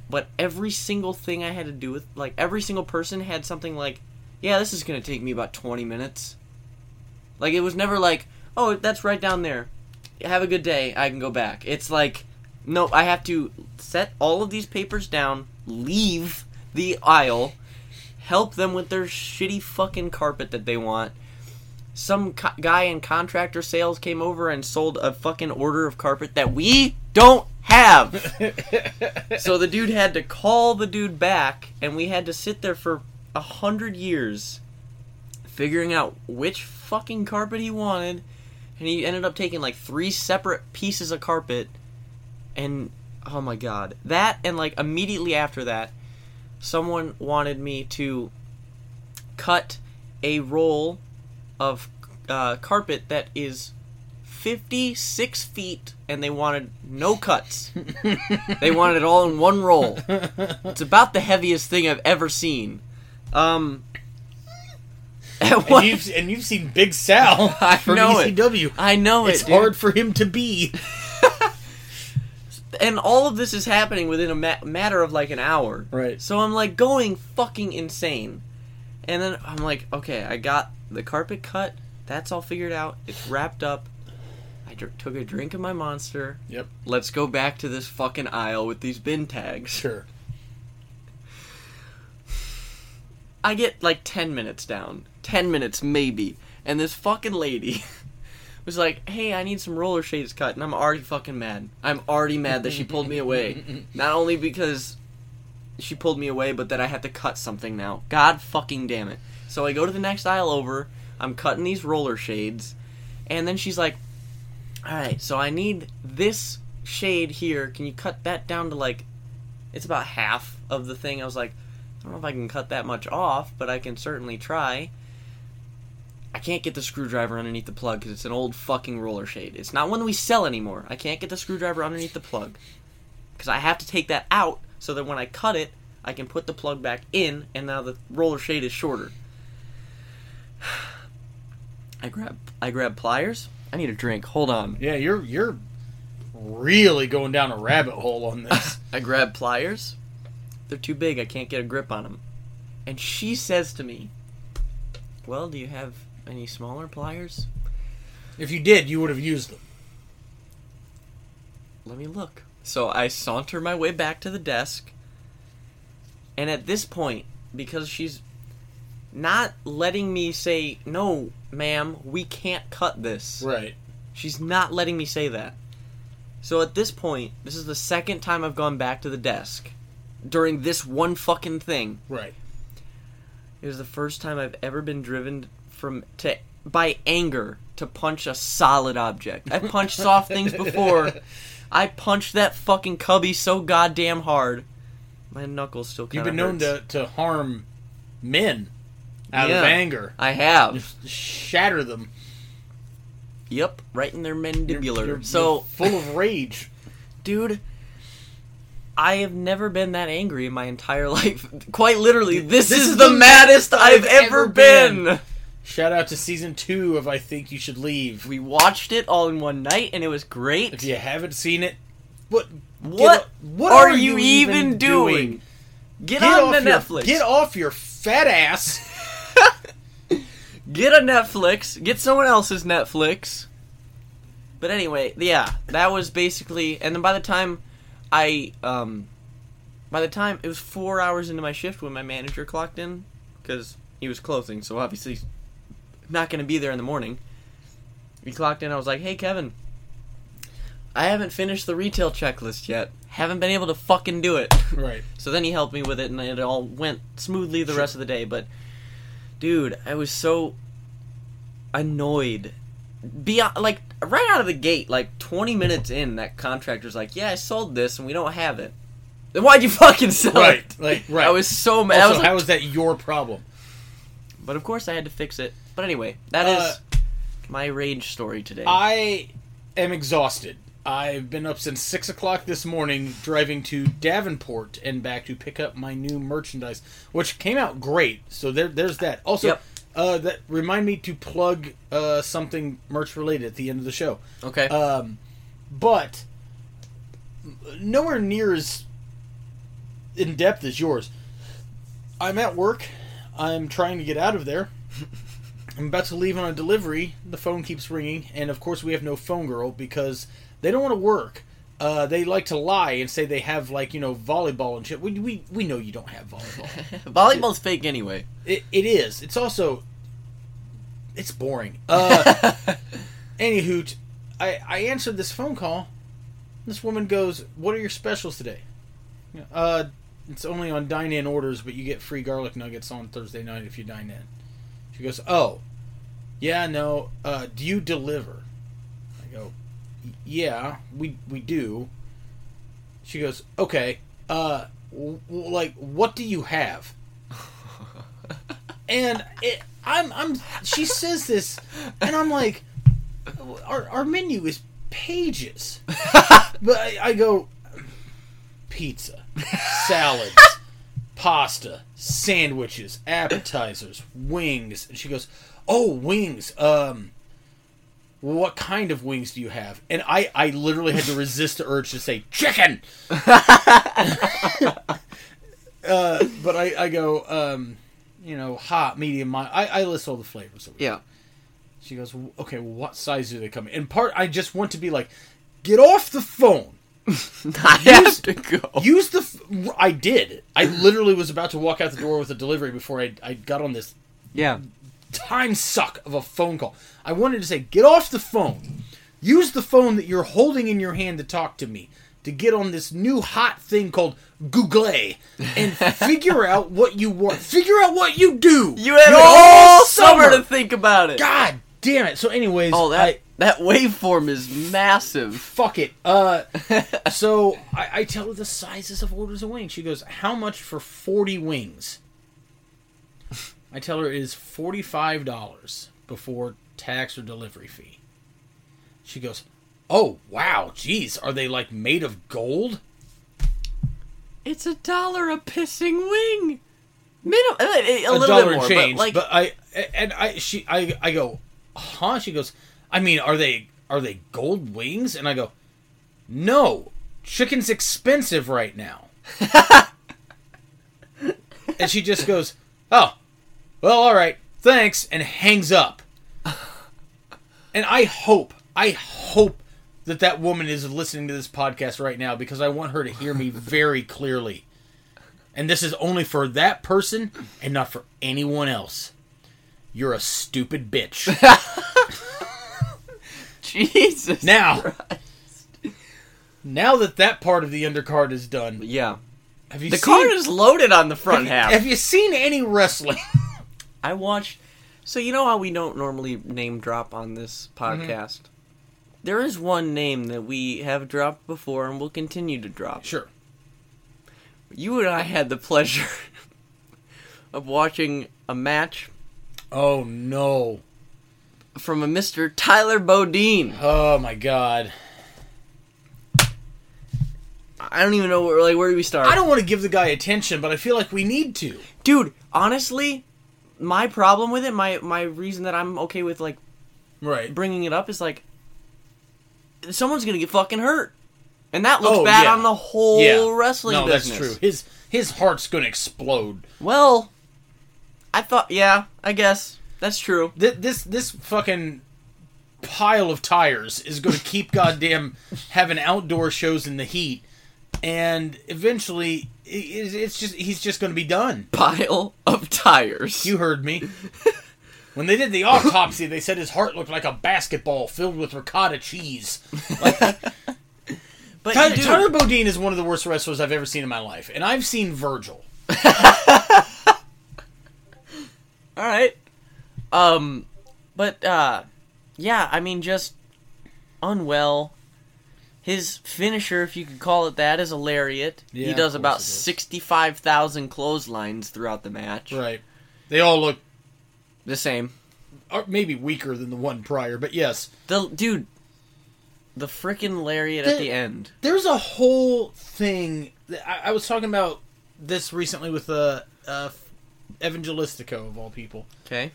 Speaker 2: but every single thing I had to do with like every single person had something like, "Yeah, this is going to take me about 20 minutes." Like it was never like, "Oh, that's right down there. Have a good day. I can go back." It's like, "No, I have to set all of these papers down, leave the aisle, help them with their shitty fucking carpet that they want." some co- guy in contractor sales came over and sold a fucking order of carpet that we don't have. so the dude had to call the dude back, and we had to sit there for a hundred years figuring out which fucking carpet he wanted. And he ended up taking like three separate pieces of carpet. And oh my god. That, and like immediately after that, someone wanted me to cut a roll of uh, carpet that is 56 feet and they wanted no cuts. they wanted it all in one roll. It's about the heaviest thing I've ever seen. Um, *laughs* at
Speaker 1: And
Speaker 2: one-
Speaker 1: you've, and you've seen Big Sal
Speaker 2: *laughs* I
Speaker 1: from
Speaker 2: know it.
Speaker 1: ECW.
Speaker 2: I know it.
Speaker 1: It's
Speaker 2: dude.
Speaker 1: hard for him to be.
Speaker 2: and all of this is happening within a ma- matter of like an hour.
Speaker 1: Right.
Speaker 2: So I'm like going fucking insane. And then I'm like, okay, I got the carpet cut. That's all figured out. It's wrapped up. I dr- took a drink of my monster.
Speaker 1: Yep.
Speaker 2: Let's go back to this fucking aisle with these bin tags.
Speaker 1: Sure.
Speaker 2: I get like 10 minutes down. 10 minutes maybe. And this fucking lady *laughs* was like, "Hey, I need some roller shades cut." And I'm already fucking mad. I'm already mad that she pulled me away. Not only because she pulled me away, but that I have to cut something now. God fucking damn it. So I go to the next aisle over. I'm cutting these roller shades. And then she's like, "All right, so I need this shade here. Can you cut that down to like it's about half of the thing." I was like, "I don't know if I can cut that much off, but I can certainly try." I can't get the screwdriver underneath the plug because it's an old fucking roller shade. It's not one we sell anymore. I can't get the screwdriver underneath the plug because I have to take that out so that when I cut it, I can put the plug back in, and now the roller shade is shorter. *sighs* I grab I grab pliers. I need a drink. Hold on.
Speaker 1: Yeah, you're you're really going down a rabbit hole on
Speaker 2: *laughs*
Speaker 1: this.
Speaker 2: I grab pliers. They're too big. I can't get a grip on them. And she says to me, "Well, do you have any smaller pliers?"
Speaker 1: if you did, you would have used them.
Speaker 2: let me look. So I saunter my way back to the desk, and at this point, because she's not letting me say, no, ma'am, we can't cut this.
Speaker 1: Right.
Speaker 2: She's not letting me say that. So at this point, this is the second time I've gone back to the desk during this one fucking thing.
Speaker 1: Right.
Speaker 2: It was the first time I've ever been driven from to by anger to punch a solid object. I've punched soft things before. I punched that fucking cubby so goddamn hard. My knuckles still kind
Speaker 1: You've
Speaker 2: of
Speaker 1: been known to, to harm men out
Speaker 2: Yeah.
Speaker 1: of anger.
Speaker 2: I have.
Speaker 1: Shatter them.
Speaker 2: yep, right in their
Speaker 1: You're-
Speaker 2: mandibular.
Speaker 1: you're-
Speaker 2: so,
Speaker 1: you're full of rage.
Speaker 2: dude, I have never been that angry in my entire *laughs* life. Quite literally, this, is, the maddest I've ever
Speaker 1: ever
Speaker 2: been.
Speaker 1: been. Shout out to season two of I Think You Should Leave.
Speaker 2: We watched it all in one night, and it was great.
Speaker 1: If you haven't seen it, what
Speaker 2: What,
Speaker 1: get-
Speaker 2: are, you, even doing? Get,
Speaker 1: Get
Speaker 2: on
Speaker 1: off
Speaker 2: the
Speaker 1: your,
Speaker 2: Netflix.
Speaker 1: Get off your fat ass.
Speaker 2: Get a Netflix. Get someone else's Netflix. But anyway, yeah, that was basically. And then by the time I, um, by the time it was four hours into my shift when my manager clocked in, because he was closing, so obviously he's not going to be there in the morning. He clocked in. I was like, "Hey, Kevin, I haven't finished the retail checklist yet. Haven't been able to fucking do it."
Speaker 1: *laughs* right.
Speaker 2: So then he helped me with it, and it all went smoothly the rest of the day. But, dude, I was so annoyed. Beyond, like right out of the gate, like 20 minutes in, that contractor's like, "Yeah, I sold this, and we don't have it." Then why'd you *laughs* fucking sell
Speaker 1: Right.
Speaker 2: it?
Speaker 1: Like right.
Speaker 2: I was so mad.
Speaker 1: also,
Speaker 2: I was like,
Speaker 1: how is that your problem?
Speaker 2: But of course, I had to fix it. But anyway, that is
Speaker 1: Uh,
Speaker 2: my rage story today.
Speaker 1: I am exhausted. I've been up since six o'clock this morning, driving to Davenport and back to pick up my new merchandise, which came out great. So there, there's that. Also,
Speaker 2: Yep.
Speaker 1: uh, that remind me to plug uh, something merch related at the end of the show.
Speaker 2: okay.
Speaker 1: Um, but nowhere near as in depth as yours. I'm at work. I'm trying to get out of there. I'm about to leave on a delivery. The phone keeps ringing, and of course we have no phone girl because they don't want to work. Uh, they like to lie and say they have like you know volleyball and shit. We we, we know you don't have volleyball.
Speaker 2: Volleyball's fake anyway.
Speaker 1: It, it is. It's also it's boring. Uh anywho, t- I I answered this phone call. This woman goes, "What are your specials today?" Uh it's only on dine in orders, but you get free garlic nuggets on Thursday night if you dine in. She goes, "Oh. Yeah, no. Uh do you deliver?" I go, "Y- "Yeah, we we do." She goes, "Okay. Uh w- w- like what do you have?" and it, I'm I'm she says this, and I'm like, our our menu is pages, but I, I go pizza, salads, pasta, sandwiches, appetizers, wings, and she goes, oh wings, um. What kind of wings do you have? And I, I literally had to resist the urge to say chicken. uh, but I, I go, um, you know, hot, medium, mild. I, I list all the flavors. that we
Speaker 2: Yeah.
Speaker 1: she goes, "W- okay, well, what size do they come in? In part, I just want to be like, get off the phone.
Speaker 2: *laughs* I have to go.
Speaker 1: Use the. F- I did. I literally was about to walk out the door with a delivery before I, I got on this
Speaker 2: yeah.
Speaker 1: time suck of a phone call. I wanted to say, get off the phone. Use the phone that you're holding in your hand to talk to me to get on this new hot thing called Google and figure out what you want. Figure out what you do.
Speaker 2: You had
Speaker 1: You're
Speaker 2: all summer to think about it.
Speaker 1: God damn it. So, anyways,
Speaker 2: Oh, that
Speaker 1: I-
Speaker 2: that waveform is massive.
Speaker 1: fuck it. Uh, so I, I tell her the sizes of orders of wings. She goes, "How much for forty wings?" I tell her it is forty five dollars before tax or delivery fee. She goes, "Oh wow, geez, are they like made of gold?"
Speaker 2: It's a dollar a pissing wing. Minimum, a,
Speaker 1: a
Speaker 2: little
Speaker 1: dollar
Speaker 2: bit more,
Speaker 1: change.
Speaker 2: but like
Speaker 1: I and I she I I go, huh? She goes, I mean, are they are they gold wings? And I go, no, chicken's expensive right
Speaker 2: *laughs*
Speaker 1: now. and she just goes, oh, well, all right, thanks, and hangs up. And I hope, I hope that that woman is listening to this podcast right now because I want her to hear me very clearly. And this is only for that person and not for anyone else. You're a stupid
Speaker 2: *laughs*
Speaker 1: bitch.
Speaker 2: Jesus.
Speaker 1: now, now that that part of the undercard is done,
Speaker 2: yeah,
Speaker 1: have you
Speaker 2: the
Speaker 1: seen,
Speaker 2: card is loaded on the front half.
Speaker 1: have you seen any wrestling? *laughs*
Speaker 2: I watched. So you know how we don't normally name drop on this
Speaker 1: Mm-hmm.
Speaker 2: podcast. There is one name that we have dropped before and will continue to drop.
Speaker 1: sure.
Speaker 2: You and I had the pleasure *laughs* of watching a match
Speaker 1: Oh no.
Speaker 2: from a Mr. Tyler Bodine.
Speaker 1: Oh my god.
Speaker 2: I don't even know where like where do we start.
Speaker 1: I don't want to give the guy attention, but I feel like we need to.
Speaker 2: dude honestly my problem with it my my reason that i'm okay with like
Speaker 1: Right.
Speaker 2: bringing it up is like someone's gonna get fucking hurt and that looks
Speaker 1: Oh,
Speaker 2: bad
Speaker 1: yeah.
Speaker 2: on the whole
Speaker 1: Yeah.
Speaker 2: wrestling
Speaker 1: no,
Speaker 2: business
Speaker 1: that's true. His his heart's gonna explode.
Speaker 2: well i thought yeah i guess
Speaker 1: *laughs*
Speaker 2: that's true
Speaker 1: Th- this this fucking pile of tires is going to keep goddamn having outdoor shows in the heat, and eventually i- it's it's just he's just going to be done.
Speaker 2: pile of tires
Speaker 1: You heard me. When they did the autopsy, they said his heart looked like a basketball filled with ricotta cheese.
Speaker 2: but
Speaker 1: Tyler,
Speaker 2: dude,
Speaker 1: Tyler Bodine is one of the worst wrestlers I've ever seen in my life, and I've seen Virgil.
Speaker 2: all right um but uh yeah i mean just unwell his finisher if you could call it that is a lariat
Speaker 1: Yeah,
Speaker 2: he
Speaker 1: of
Speaker 2: does
Speaker 1: course it
Speaker 2: about
Speaker 1: is.
Speaker 2: 65000 clotheslines throughout the match
Speaker 1: Right. They all look
Speaker 2: The same.
Speaker 1: Or maybe weaker than the one prior, but yes.
Speaker 2: The dude, the frickin' lariat at
Speaker 1: The-
Speaker 2: the end.
Speaker 1: There's a whole thing. That I, I was talking about this recently with uh, uh, Evangelistico, of all people.
Speaker 2: Okay.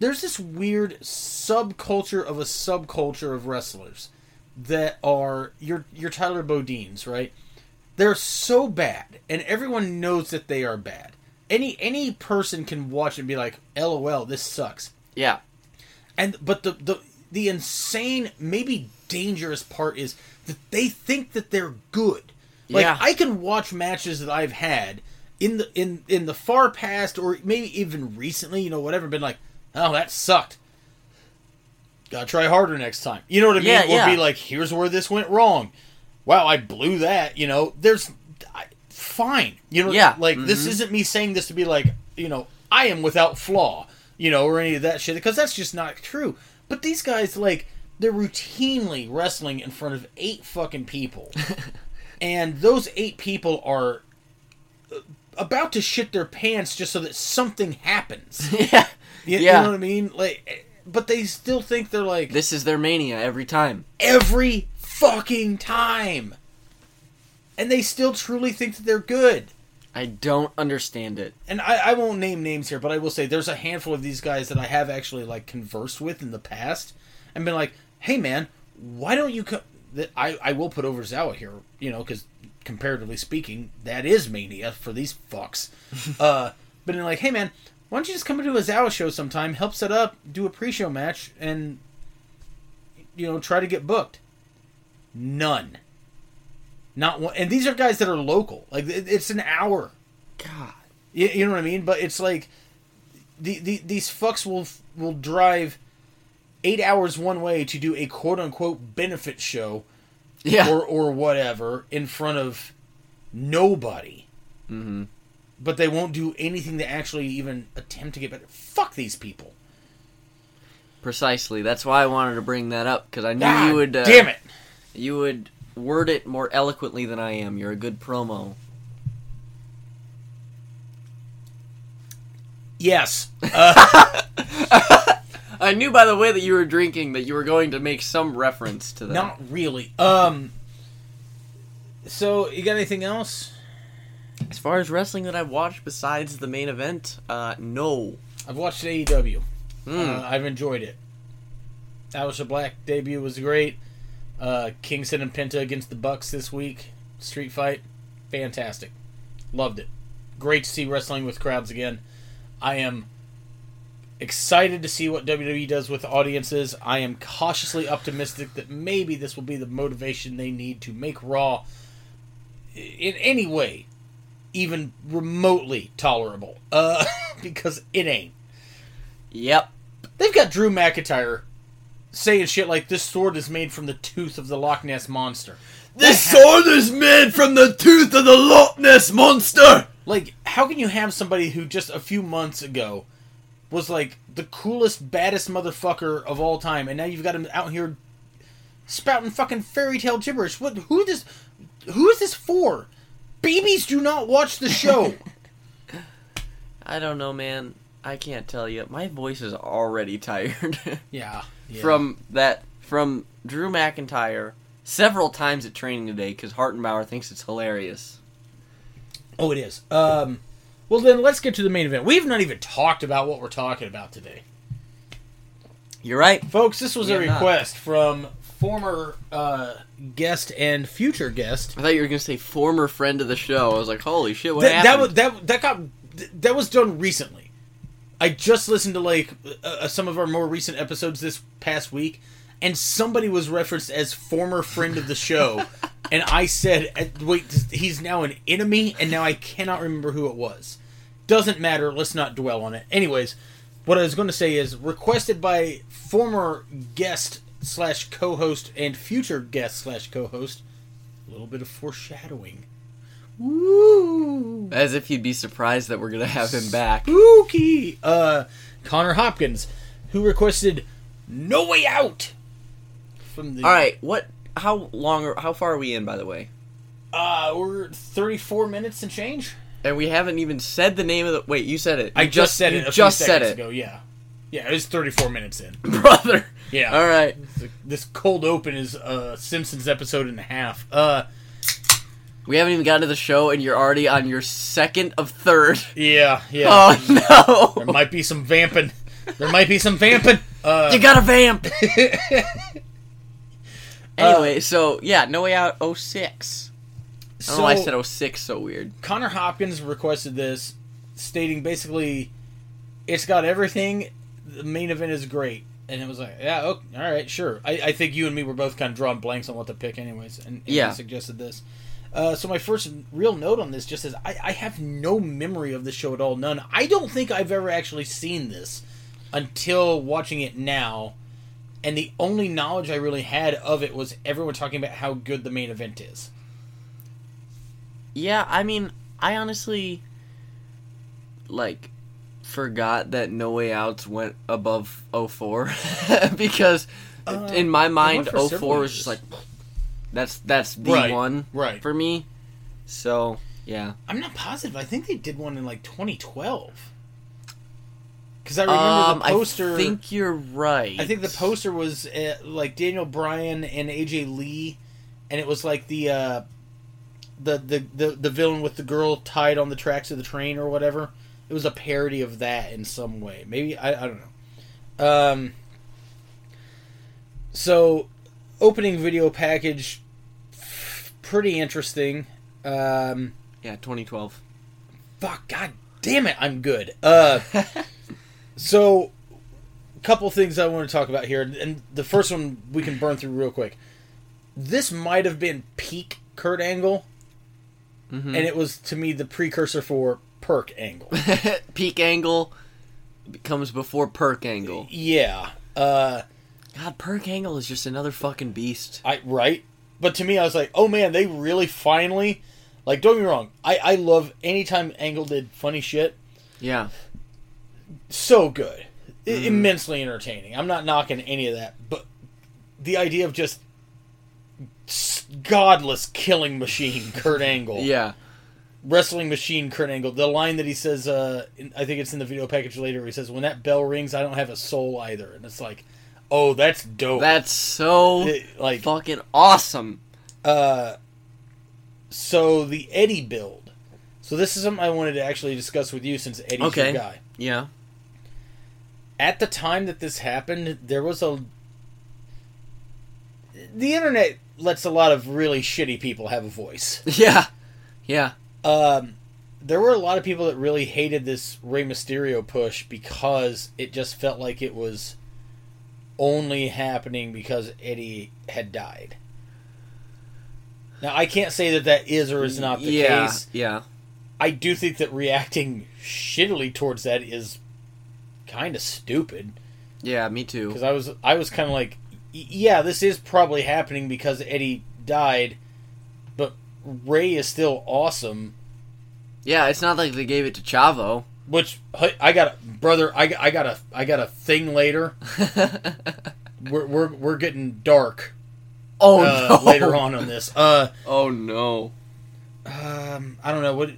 Speaker 1: There's this weird subculture of a subculture of wrestlers that are your your Tyler Bodines, right? They're so bad, and everyone knows that they are bad. Any any person can watch and be like, "LOL, this sucks."
Speaker 2: Yeah.
Speaker 1: and but the the the insane maybe dangerous part is that they think that they're good like
Speaker 2: Yeah.
Speaker 1: i can watch matches that i've had in the in in the far past or maybe even recently you know whatever been like oh that sucked gotta try harder next time you know what i mean
Speaker 2: Yeah,
Speaker 1: or
Speaker 2: yeah.
Speaker 1: be like here's where this went wrong wow i blew that you know there's I, fine you know
Speaker 2: Yeah.
Speaker 1: like this isn't me saying this to be like you know i am without flaw you know or any of that shit because that's just not true but these guys like they're routinely wrestling in front of eight fucking people and those eight people are uh, about to shit their pants just so that something happens
Speaker 2: *laughs* yeah.
Speaker 1: you, you
Speaker 2: Yeah.
Speaker 1: know what i mean like eh, but they still think they're like
Speaker 2: This is their mania every time.
Speaker 1: every fucking time and they still truly think that they're good
Speaker 2: I don't understand it.
Speaker 1: and I, I won't name names here, but I will say there's a handful of these guys that I have actually like conversed with in the past and been like, "Hey, man, why don't you come?" That I I will put over Zawa here, you know, because comparatively speaking, that is mania for these fucks. uh, but in like, hey, man, why don't you just come to a Zawa show sometime, help set up, do a pre-show match, and you know, try to get booked. None. Not one, and these are guys that are local. Like it, it's an hour
Speaker 2: God.
Speaker 1: you, you know what I mean? But it's like the, the these fucks will will drive eight hours one way to do a quote unquote benefit
Speaker 2: *laughs*
Speaker 1: show
Speaker 2: Yeah.
Speaker 1: or or whatever in front of nobody.
Speaker 2: mm-hmm.
Speaker 1: But they won't do anything to actually even attempt to get better. Fuck these people!
Speaker 2: Precisely. That's why I wanted to bring that up because I knew
Speaker 1: God
Speaker 2: you would. Uh,
Speaker 1: damn it!
Speaker 2: You would word it more eloquently than I am. You're a good promo. *laughs*
Speaker 1: Yes, uh,
Speaker 2: I knew by the way that you were drinking that you were going to make some reference to that.
Speaker 1: not really. Um. So you got anything else?
Speaker 2: As far as wrestling that I've watched besides the main event, uh, no.
Speaker 1: I've watched AEW.
Speaker 2: Mm.
Speaker 1: Uh, I've enjoyed it. Alistair Black debut was great. Uh, Kingston and Penta against the Bucks this week. Street fight. Fantastic. Loved it. Great to see wrestling with crowds again. I am excited to see what WWE does with audiences. I am cautiously optimistic that maybe this will be the motivation they need to make Raw i- in any way even remotely tolerable. Uh, *laughs* because it ain't.
Speaker 2: Yep.
Speaker 1: They've got Drew McIntyre saying shit like this sword is made from the tooth of the Loch Ness monster.
Speaker 2: This sword is made from the tooth of the Loch Ness monster.
Speaker 1: Like, how can you have somebody who just a few months ago was like the coolest, baddest motherfucker of all time, and now you've got him out here spouting fucking fairy tale gibberish? What? Who this? Who is this for? Babies do not watch the show.
Speaker 2: I don't know, man. I can't tell you. My voice is already *laughs* tired
Speaker 1: yeah, yeah.
Speaker 2: from that from Drew McIntyre several times at training today because Hartenbauer thinks it's hilarious.
Speaker 1: oh, it is. Um, well then, let's get to the main event. We've not even talked about what we're talking about today.
Speaker 2: You're right.
Speaker 1: Folks, this was
Speaker 2: We
Speaker 1: a
Speaker 2: are not.
Speaker 1: request from former uh, guest and future guest.
Speaker 2: I thought you were gonna say former friend of the show. I was like, holy shit, what
Speaker 1: That, that was
Speaker 2: happened?
Speaker 1: that that got that was done recently. I just listened to like uh, some of our more recent episodes this past week, and somebody was referenced as former friend of the
Speaker 2: *laughs*
Speaker 1: show, and I said, eh, "Wait, he's now an enemy," and now I cannot remember who it was. Doesn't matter. Let's not dwell on it. Anyways, what I was going to say is requested by former guest slash co-host and future guest slash co-host. A little bit of foreshadowing. Woo!
Speaker 2: As if you'd be surprised that we're gonna have him back.
Speaker 1: spooky uh connor hopkins who requested no way out from the
Speaker 2: All right, what? How long? Are, how far are we in, by the way?
Speaker 1: uh we're 34 minutes and change
Speaker 2: And we haven't even said the name of the. Wait, you said it.
Speaker 1: i
Speaker 2: You
Speaker 1: just said
Speaker 2: you
Speaker 1: it a
Speaker 2: just
Speaker 1: few
Speaker 2: said
Speaker 1: seconds
Speaker 2: it.
Speaker 1: ago yeah Yeah, it's 34 minutes in.
Speaker 2: brother.
Speaker 1: *laughs* Yeah.
Speaker 2: All right.
Speaker 1: This cold open is a Simpsons episode and a half. Uh,
Speaker 2: We haven't even gotten to the show, and you're already on your second of third.
Speaker 1: yeah, yeah.
Speaker 2: Oh
Speaker 1: There
Speaker 2: no!
Speaker 1: might be some vamping. There might be some vamping. Uh,
Speaker 2: You got
Speaker 1: *laughs*
Speaker 2: a vamp. anyway, so yeah, No Way Out 06. I
Speaker 1: so
Speaker 2: don't know why I said 06 so weird.
Speaker 1: Connor Hopkins requested this, stating basically, it's got everything. The main event is great, and it was like, yeah, okay, all right, sure. I, I think you and me were both kind of drawing blanks on what to pick, anyways, and, and you
Speaker 2: Yeah.
Speaker 1: suggested this. Uh, so my first real note on this just is I, I have no memory of the show at all. None. I don't think I've ever actually seen this until watching it now. And the only knowledge I really had of it was everyone talking about how good the main event is.
Speaker 2: Yeah, I mean, I honestly like forgot that No Way Outs went above 04 *laughs* because
Speaker 1: Uh,
Speaker 2: in my mind
Speaker 1: for several
Speaker 2: 04 was
Speaker 1: years.
Speaker 2: just like that's that's the
Speaker 1: Right,
Speaker 2: one
Speaker 1: right.
Speaker 2: for me. So, yeah.
Speaker 1: I'm not positive. I think they did one in like 2012. Because I remember
Speaker 2: Um,
Speaker 1: the poster.
Speaker 2: I think you're right.
Speaker 1: I think the poster was uh, like Daniel Bryan and AJ Lee, and it was like the uh, the, the the the villain with the girl tied on the tracks of the train or whatever. It was a parody of that in some way. Maybe I, I don't know. Um. So, opening video package, pretty interesting. Um.
Speaker 2: Yeah, 2012.
Speaker 1: fuck god damn it i'm good uh so couple things i want to talk about here and the first one we can burn through real quick this might have been peak kurt angle
Speaker 2: Mhm.
Speaker 1: and it was to me the precursor for perk angle
Speaker 2: Peak angle comes before perk angle.
Speaker 1: yeah uh
Speaker 2: God, perk angle is just another fucking beast.
Speaker 1: I right, but to me, I was like, oh man, they really finally, like, don't get me wrong, I I love anytime Angle did funny shit,
Speaker 2: Yeah.
Speaker 1: so good, I-
Speaker 2: Mm.
Speaker 1: immensely entertaining. I'm not knocking any of that, but the idea of just s- godless killing machine
Speaker 2: *laughs*
Speaker 1: Kurt Angle,
Speaker 2: Yeah.
Speaker 1: wrestling machine Kurt Angle. The line that he says, uh, in, I think it's in the video package later. Where he says, "When that bell rings, I don't have a soul either," and it's like, oh, that's dope.
Speaker 2: That's so
Speaker 1: It- like
Speaker 2: fucking awesome.
Speaker 1: Uh, so the Eddie build. So this is something I wanted to actually discuss with you since Eddie's
Speaker 2: Okay.
Speaker 1: your guy.
Speaker 2: Yeah.
Speaker 1: At the time that this happened, there was a the internet lets a lot of really shitty people have a voice.
Speaker 2: *laughs* Yeah. Yeah.
Speaker 1: Um, there were a lot of people that really hated this Rey Mysterio push because it just felt like it was only happening because Eddie had died. Now I can't say that that is or is not the
Speaker 2: yeah.
Speaker 1: case.
Speaker 2: Yeah.
Speaker 1: I do think that reacting shittily towards that is kind of stupid
Speaker 2: Yeah, me too.
Speaker 1: because I was I was kind of like, "Y- yeah, this is probably happening because Eddie died, but Ray is still awesome.
Speaker 2: Yeah, it's not like they gave it to Chavo. *laughs*
Speaker 1: Which hey, I got, brother, I got, I got a I got a thing later. *laughs* We're we're, we're getting dark
Speaker 2: oh
Speaker 1: uh,
Speaker 2: no.
Speaker 1: later on on this. Uh,
Speaker 2: Oh no.
Speaker 1: um, I don't know what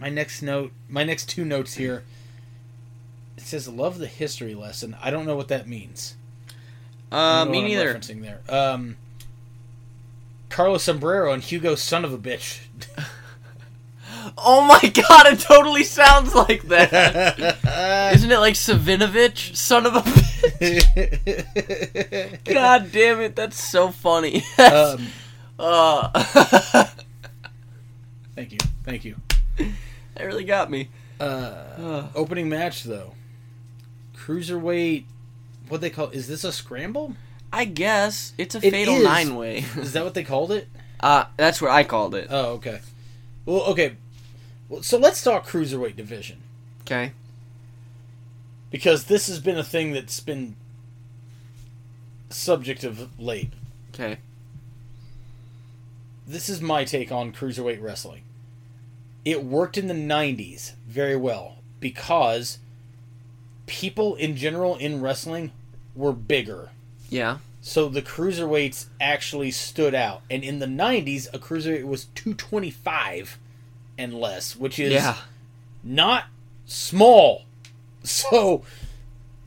Speaker 1: my next note, my next two notes here. It says love the history lesson. I don't know what that means.
Speaker 2: Uh,
Speaker 1: don't know
Speaker 2: me
Speaker 1: what I'm
Speaker 2: neither.
Speaker 1: Referencing there, um, Carlos Sombrero and Hugo, son of a bitch.
Speaker 2: Oh my god, it totally sounds like
Speaker 1: *laughs*
Speaker 2: that.
Speaker 1: god
Speaker 2: Isn't it like Savinovich? Son of a *laughs* bitch. God damn it, that's so funny. *laughs* That's-
Speaker 1: um,
Speaker 2: uh, *laughs*
Speaker 1: thank you, thank you.
Speaker 2: that really got me.
Speaker 1: Uh,
Speaker 2: Uh,
Speaker 1: opening match though, cruiserweight. What they call is this a scramble?
Speaker 2: *sighs* I guess it's a
Speaker 1: It
Speaker 2: fatal
Speaker 1: is.
Speaker 2: nine way. *laughs*
Speaker 1: Is that what they called it?
Speaker 2: uh, that's what I called it.
Speaker 1: Oh, okay. Well, okay. Well, so let's talk cruiserweight division
Speaker 2: Okay.
Speaker 1: because this has been a thing that's been subject of late.
Speaker 2: Okay.
Speaker 1: this is my take on cruiserweight wrestling. It worked in the 90s very well because people in general in wrestling were bigger.
Speaker 2: Yeah.
Speaker 1: So the cruiserweights actually stood out. And in the 90s, a cruiserweight was 225 and less, which is
Speaker 2: Yeah.
Speaker 1: not small. So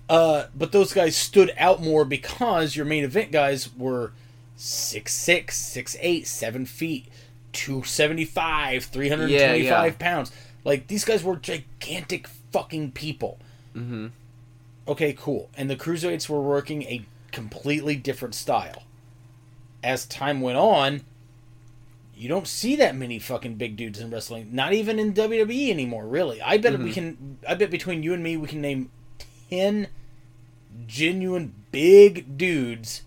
Speaker 1: Uh, but those guys stood out more because your main event guys were six six, six eight, seven feet, 275, 325
Speaker 2: Yeah, yeah.
Speaker 1: pounds. Like, these guys were gigantic fucking people.
Speaker 2: Mm-hmm.
Speaker 1: Okay, cool. And the Cruiserweights were working a completely different style. As time went on, you don't see that many fucking big dudes in wrestling. Not even in WWE anymore, really. I bet we can I bet between you and me we can name 10 genuine big dudes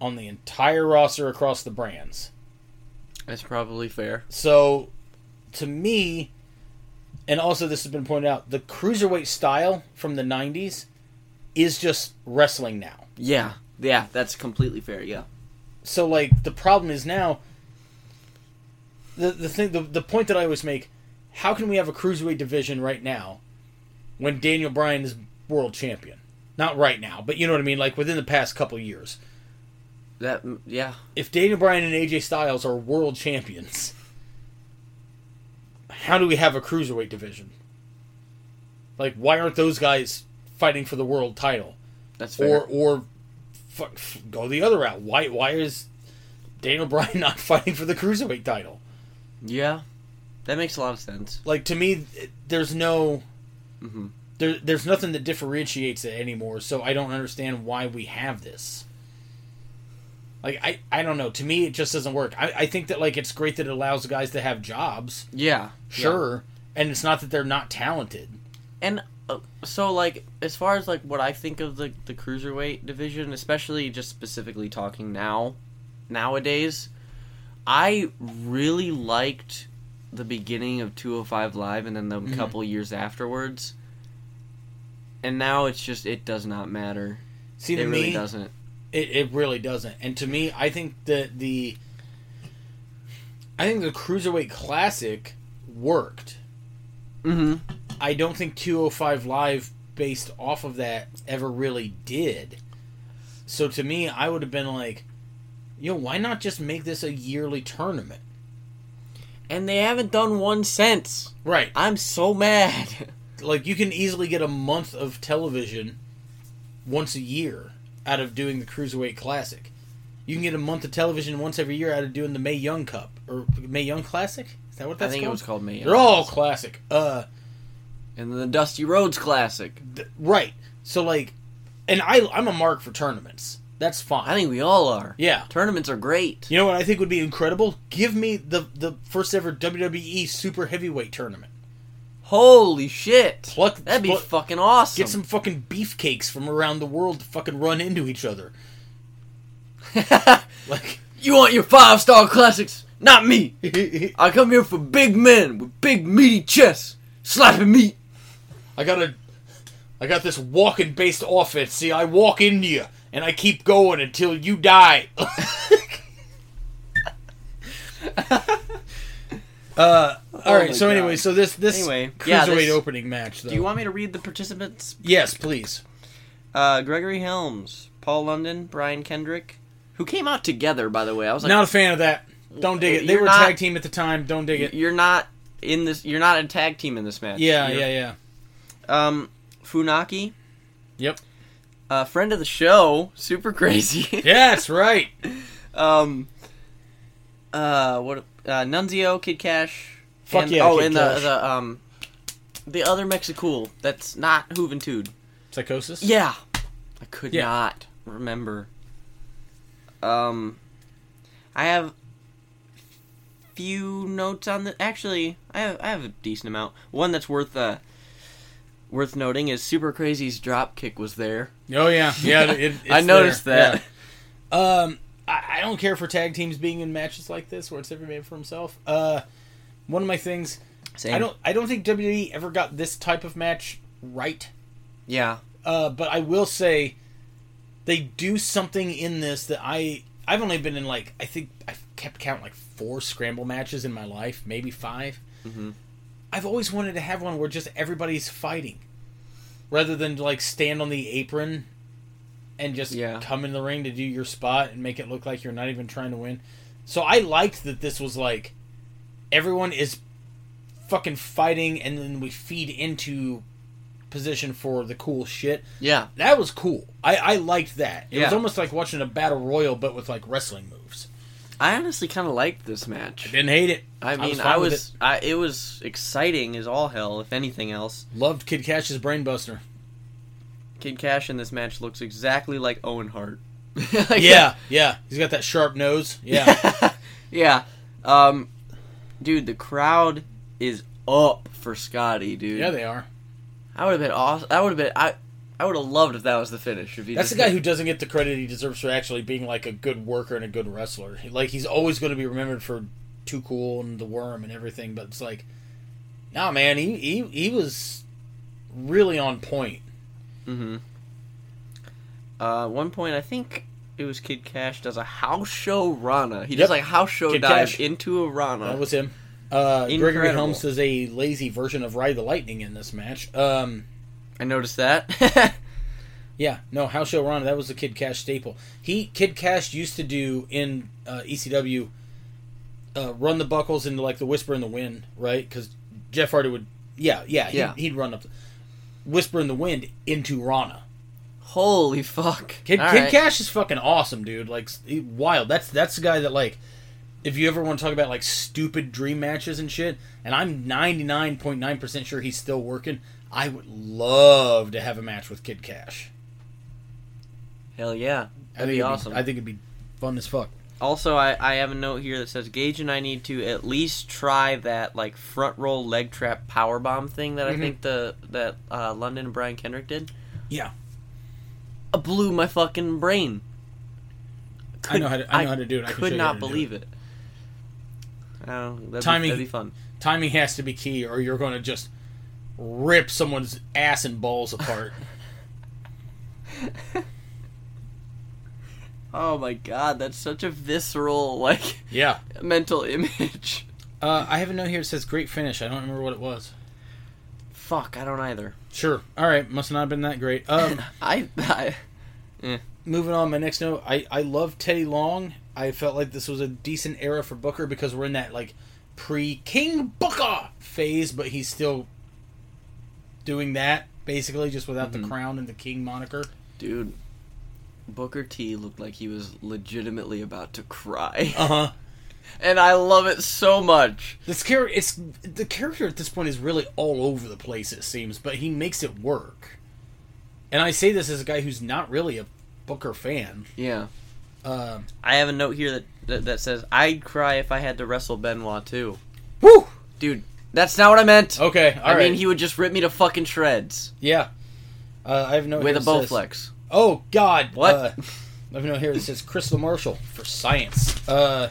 Speaker 1: on the entire roster across the brands.
Speaker 2: That's probably fair.
Speaker 1: So, to me, and also this has been pointed out, the cruiserweight style from the '90s is just wrestling now.
Speaker 2: Yeah, yeah, that's completely fair. Yeah,
Speaker 1: So, like, the problem is now. The the thing the, the point that I always make: How can we have a cruiserweight division right now, when Daniel Bryan is world champion? Not right now, but you know what I mean. Like within the past couple years,
Speaker 2: that yeah,
Speaker 1: if Daniel Bryan and AJ Styles are world champions, how do we have a cruiserweight division? Like, why aren't those guys fighting for the world title?
Speaker 2: that's fair.
Speaker 1: Or, or fuck, f- go the other route. Why, why is Daniel *laughs* Bryan not fighting for the cruiserweight title?
Speaker 2: yeah, that makes a lot of sense.
Speaker 1: Like to me, th- there's no,
Speaker 2: Mhm.
Speaker 1: there, there's nothing that differentiates it anymore. So I don't understand why we have this. Like I, I don't know. To me, it just doesn't work. I, I think that like it's great that it allows guys to have jobs,
Speaker 2: Yeah, yeah.
Speaker 1: sure, and it's not that they're not talented.
Speaker 2: And uh, so, like, as far as like what I think of the the cruiserweight division, especially just specifically talking now, nowadays, I really liked the beginning of 205 Live, and then the
Speaker 1: Mhm.
Speaker 2: couple years afterwards. And now it's just it does not matter.
Speaker 1: See, to
Speaker 2: it really
Speaker 1: me,
Speaker 2: doesn't.
Speaker 1: It, it really doesn't. And to me, I think that the I think the cruiserweight classic worked.
Speaker 2: Mm-hmm.
Speaker 1: I don't think 205 Live based off of that ever really did. So to me, I would have been like, yo, why not just make this a yearly tournament?
Speaker 2: And they haven't done one since.
Speaker 1: Right.
Speaker 2: I'm so mad.
Speaker 1: Like you can easily get a month of television once a year out of doing the Cruiserweight Classic. You can get a month of television once every year out of doing the May Young Cup or May Young Classic. Is that what
Speaker 2: I
Speaker 1: that's
Speaker 2: think
Speaker 1: called?
Speaker 2: it was called me.
Speaker 1: They're all classic. Uh
Speaker 2: And then the Dusty Rhodes Classic.
Speaker 1: th- right. So like and I I'm a mark for tournaments. That's fine.
Speaker 2: I think we all are.
Speaker 1: yeah.
Speaker 2: Tournaments are great.
Speaker 1: You know what I think would be incredible? Give me the the first ever WWE Super Heavyweight tournament.
Speaker 2: Holy shit!
Speaker 1: Pluck-
Speaker 2: That'd be
Speaker 1: pluck-
Speaker 2: fucking awesome.
Speaker 1: Get some fucking beefcakes from around the world to fucking run into each *laughs* other. Like
Speaker 2: you want your five star classics?
Speaker 1: *laughs*
Speaker 2: Not me. I come here for big men with big meaty chests, slapping meat.
Speaker 1: I got a I got this walking based offense. See, I walk into you and I keep going until you die. *laughs*
Speaker 2: Oh
Speaker 1: uh all right,
Speaker 2: Oh my
Speaker 1: so anyway,
Speaker 2: God.
Speaker 1: so this this
Speaker 2: Anyway,
Speaker 1: cruiserweight
Speaker 2: yeah, this-
Speaker 1: opening match though.
Speaker 2: Do you want me to read the participants?
Speaker 1: yes, please.
Speaker 2: Uh, Gregory Helms, Paul London, Brian Kendrick, who came out together, by the way. I was like,
Speaker 1: Not a fan of that. Don't dig it. They
Speaker 2: You're
Speaker 1: were a
Speaker 2: not-
Speaker 1: tag team at the time. Don't dig it.
Speaker 2: you're not in this. You're not a tag team in this match.
Speaker 1: Yeah,
Speaker 2: You're-
Speaker 1: yeah, yeah.
Speaker 2: Um, Funaki,
Speaker 1: Yep.
Speaker 2: uh, friend of the show, super *laughs* crazy.
Speaker 1: Yeah, that's right.
Speaker 2: Um. Uh, what? Uh, Nunzio, Kid Cash.
Speaker 1: Fuck
Speaker 2: and,
Speaker 1: yeah,
Speaker 2: Oh,
Speaker 1: Kid
Speaker 2: and
Speaker 1: Cash.
Speaker 2: the the um, the other Mexicool that's not Juventud.
Speaker 1: Psychosis.
Speaker 2: Yeah, I could
Speaker 1: Yeah.
Speaker 2: not remember. Um, I have few notes on the. Actually, I have I have a decent amount. One that's worth uh worth noting is Super Crazy's drop kick was there.
Speaker 1: Oh yeah, yeah.
Speaker 2: *laughs*
Speaker 1: It, it's
Speaker 2: I noticed
Speaker 1: there.
Speaker 2: that.
Speaker 1: Yeah. Um, I, I don't care for tag teams being in matches like this where it's every man for himself. Uh, one of my things,
Speaker 2: Same.
Speaker 1: I don't, I don't think WWE ever got this type of match right.
Speaker 2: Yeah.
Speaker 1: Uh, but I will say, they do something in this that I, I've only been in like, I think I kept count like four scramble matches in my life, maybe 5
Speaker 2: Mhm.
Speaker 1: I've always wanted to have one where just everybody's fighting, rather than like stand on the apron. And just
Speaker 2: Yeah.
Speaker 1: come in the ring to do your spot and make it look like you're not even trying to win. So I liked that this was like everyone is fucking fighting and then we feed into position for the cool shit.
Speaker 2: Yeah.
Speaker 1: That was cool. I, I liked that. It was
Speaker 2: Yeah.
Speaker 1: almost like watching a battle royal, but with like wrestling moves.
Speaker 2: I honestly kind of liked this match.
Speaker 1: Didn't hate it.
Speaker 2: I mean,
Speaker 1: fine
Speaker 2: I
Speaker 1: with
Speaker 2: was, I it. was exciting as all hell. If anything else,
Speaker 1: it. loved Kid Cash's brainbuster.
Speaker 2: Kid Cash in this match looks exactly like Owen Hart.
Speaker 1: *laughs*
Speaker 2: *laughs*
Speaker 1: Yeah, yeah. He's got that sharp *laughs* nose. Yeah,
Speaker 2: yeah. Um, dude, the crowd is up for Scotty, dude.
Speaker 1: yeah, they are.
Speaker 2: I would have been awesome. I would have been. I I would have loved if that was the finish. If he
Speaker 1: That's the
Speaker 2: just
Speaker 1: guy
Speaker 2: hit-
Speaker 1: who doesn't get the credit he deserves for actually being like a good worker and a good wrestler. He- Like he's always going to be remembered for Too Cool and the Worm and everything, but it's like, nah, man, he he he was really on point.
Speaker 2: Uh, one point, I think it was Kid Cash does a house show Rana. He
Speaker 1: Yep.
Speaker 2: does like house show
Speaker 1: Kid
Speaker 2: dive
Speaker 1: Cash.
Speaker 2: into a Rana.
Speaker 1: That was him. Uh, Gregory
Speaker 2: Incredible.
Speaker 1: Helms does a lazy version of Ride the Lightning in this match. Um,
Speaker 2: I noticed that. *laughs*
Speaker 1: Yeah, no, House Show Ron, that was the Kid Cash staple. He Kid Cash used to do in uh, ECW, uh, run the buckles into like the Whisper in the Wind, right? Because Jeff Hardy would, yeah, yeah, he'd,
Speaker 2: Yeah.
Speaker 1: he'd run up the, Whisper in the Wind into Rana.
Speaker 2: Holy fuck!
Speaker 1: Kid,
Speaker 2: All
Speaker 1: Kid
Speaker 2: right.
Speaker 1: Cash is fucking awesome, dude. Like s- he- wild. That's that's the guy that like, if you ever want to talk about like stupid dream matches and shit, and I'm ninety nine point nine percent sure he's still working. I would love to have a match with Kid Cash.
Speaker 2: Hell
Speaker 1: I
Speaker 2: yeah, that'd
Speaker 1: think
Speaker 2: be
Speaker 1: it'd
Speaker 2: awesome.
Speaker 1: I think it'd be fun as fuck.
Speaker 2: also, I I have a note here that says Gage and I need to at least try that like front roll leg trap power bomb thing that I think the that uh, London and Brian Kendrick did.
Speaker 1: Yeah,
Speaker 2: Uh, blew my fucking brain.
Speaker 1: I know how to. I know how to do it. I
Speaker 2: could not believe it. Oh, that'd
Speaker 1: Timing-
Speaker 2: Be, that'd be fun.
Speaker 1: Timing has to be key, or you're going to just rip someone's ass and balls *laughs* apart.
Speaker 2: Oh my god, that's such a visceral like *laughs*
Speaker 1: yeah.
Speaker 2: mental image.
Speaker 1: Uh, I have a note here that says "great finish." I don't remember what it was.
Speaker 2: Fuck, I don't either.
Speaker 1: Sure. All right. Must not have been that great.
Speaker 2: *laughs*
Speaker 1: Um,
Speaker 2: I, I
Speaker 1: moving on. My next note. I I love Teddy Long. I felt like this was a decent era for Booker because we're in that like pre King Booker phase, but he's still doing that basically just without
Speaker 2: Mm-hmm.
Speaker 1: the crown and the king moniker.
Speaker 2: dude, Booker T looked like he was legitimately about to cry, *laughs*
Speaker 1: Uh huh.
Speaker 2: and I love it so much.
Speaker 1: This character, it's the character at this point is really all over the place. It seems, but he makes it work. And I say this as a guy who's not really a Booker fan.
Speaker 2: Yeah,
Speaker 1: Um
Speaker 2: I have a note here that that, that says I'd cry if I had to wrestle Benoit too,
Speaker 1: Woo.
Speaker 2: dude. That's not what I meant.
Speaker 1: Okay. all
Speaker 2: I
Speaker 1: right.
Speaker 2: mean, he would just rip me to fucking shreds
Speaker 1: Yeah. Uh, I have no.
Speaker 2: with a bow flex.
Speaker 1: Oh God.
Speaker 2: What?
Speaker 1: Uh, I have no here. It says Crystal Marshall for science. Uh,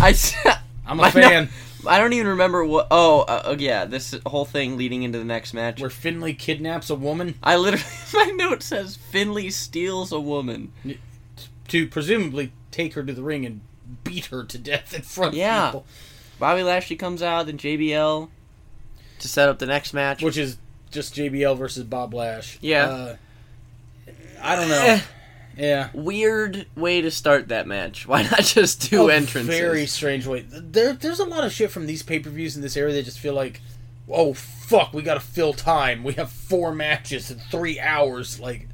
Speaker 2: I. s- *laughs*
Speaker 1: I'm a
Speaker 2: My no-
Speaker 1: fan.
Speaker 2: I don't even remember what. Oh, uh, oh, yeah, this whole thing leading into the next match.
Speaker 1: Where Finley kidnaps a woman
Speaker 2: I literally, *laughs* my note says Finley steals a woman.
Speaker 1: to presumably take her to the ring and beat her to death in front
Speaker 2: Yeah.
Speaker 1: of people,
Speaker 2: Bobby Lashley comes out, then JBL to set up the next match.
Speaker 1: which is just JBL versus Bob Lash.
Speaker 2: Yeah.
Speaker 1: Uh, I don't know.
Speaker 2: Eh,
Speaker 1: Yeah.
Speaker 2: weird way to start that match. *laughs* Why not just two
Speaker 1: A
Speaker 2: entrances?
Speaker 1: Oh, Very strange way. There, there's a lot of shit from these pay per views in this area that just feel like, oh fuck, we gotta fill time. We have four matches in three hours. Like,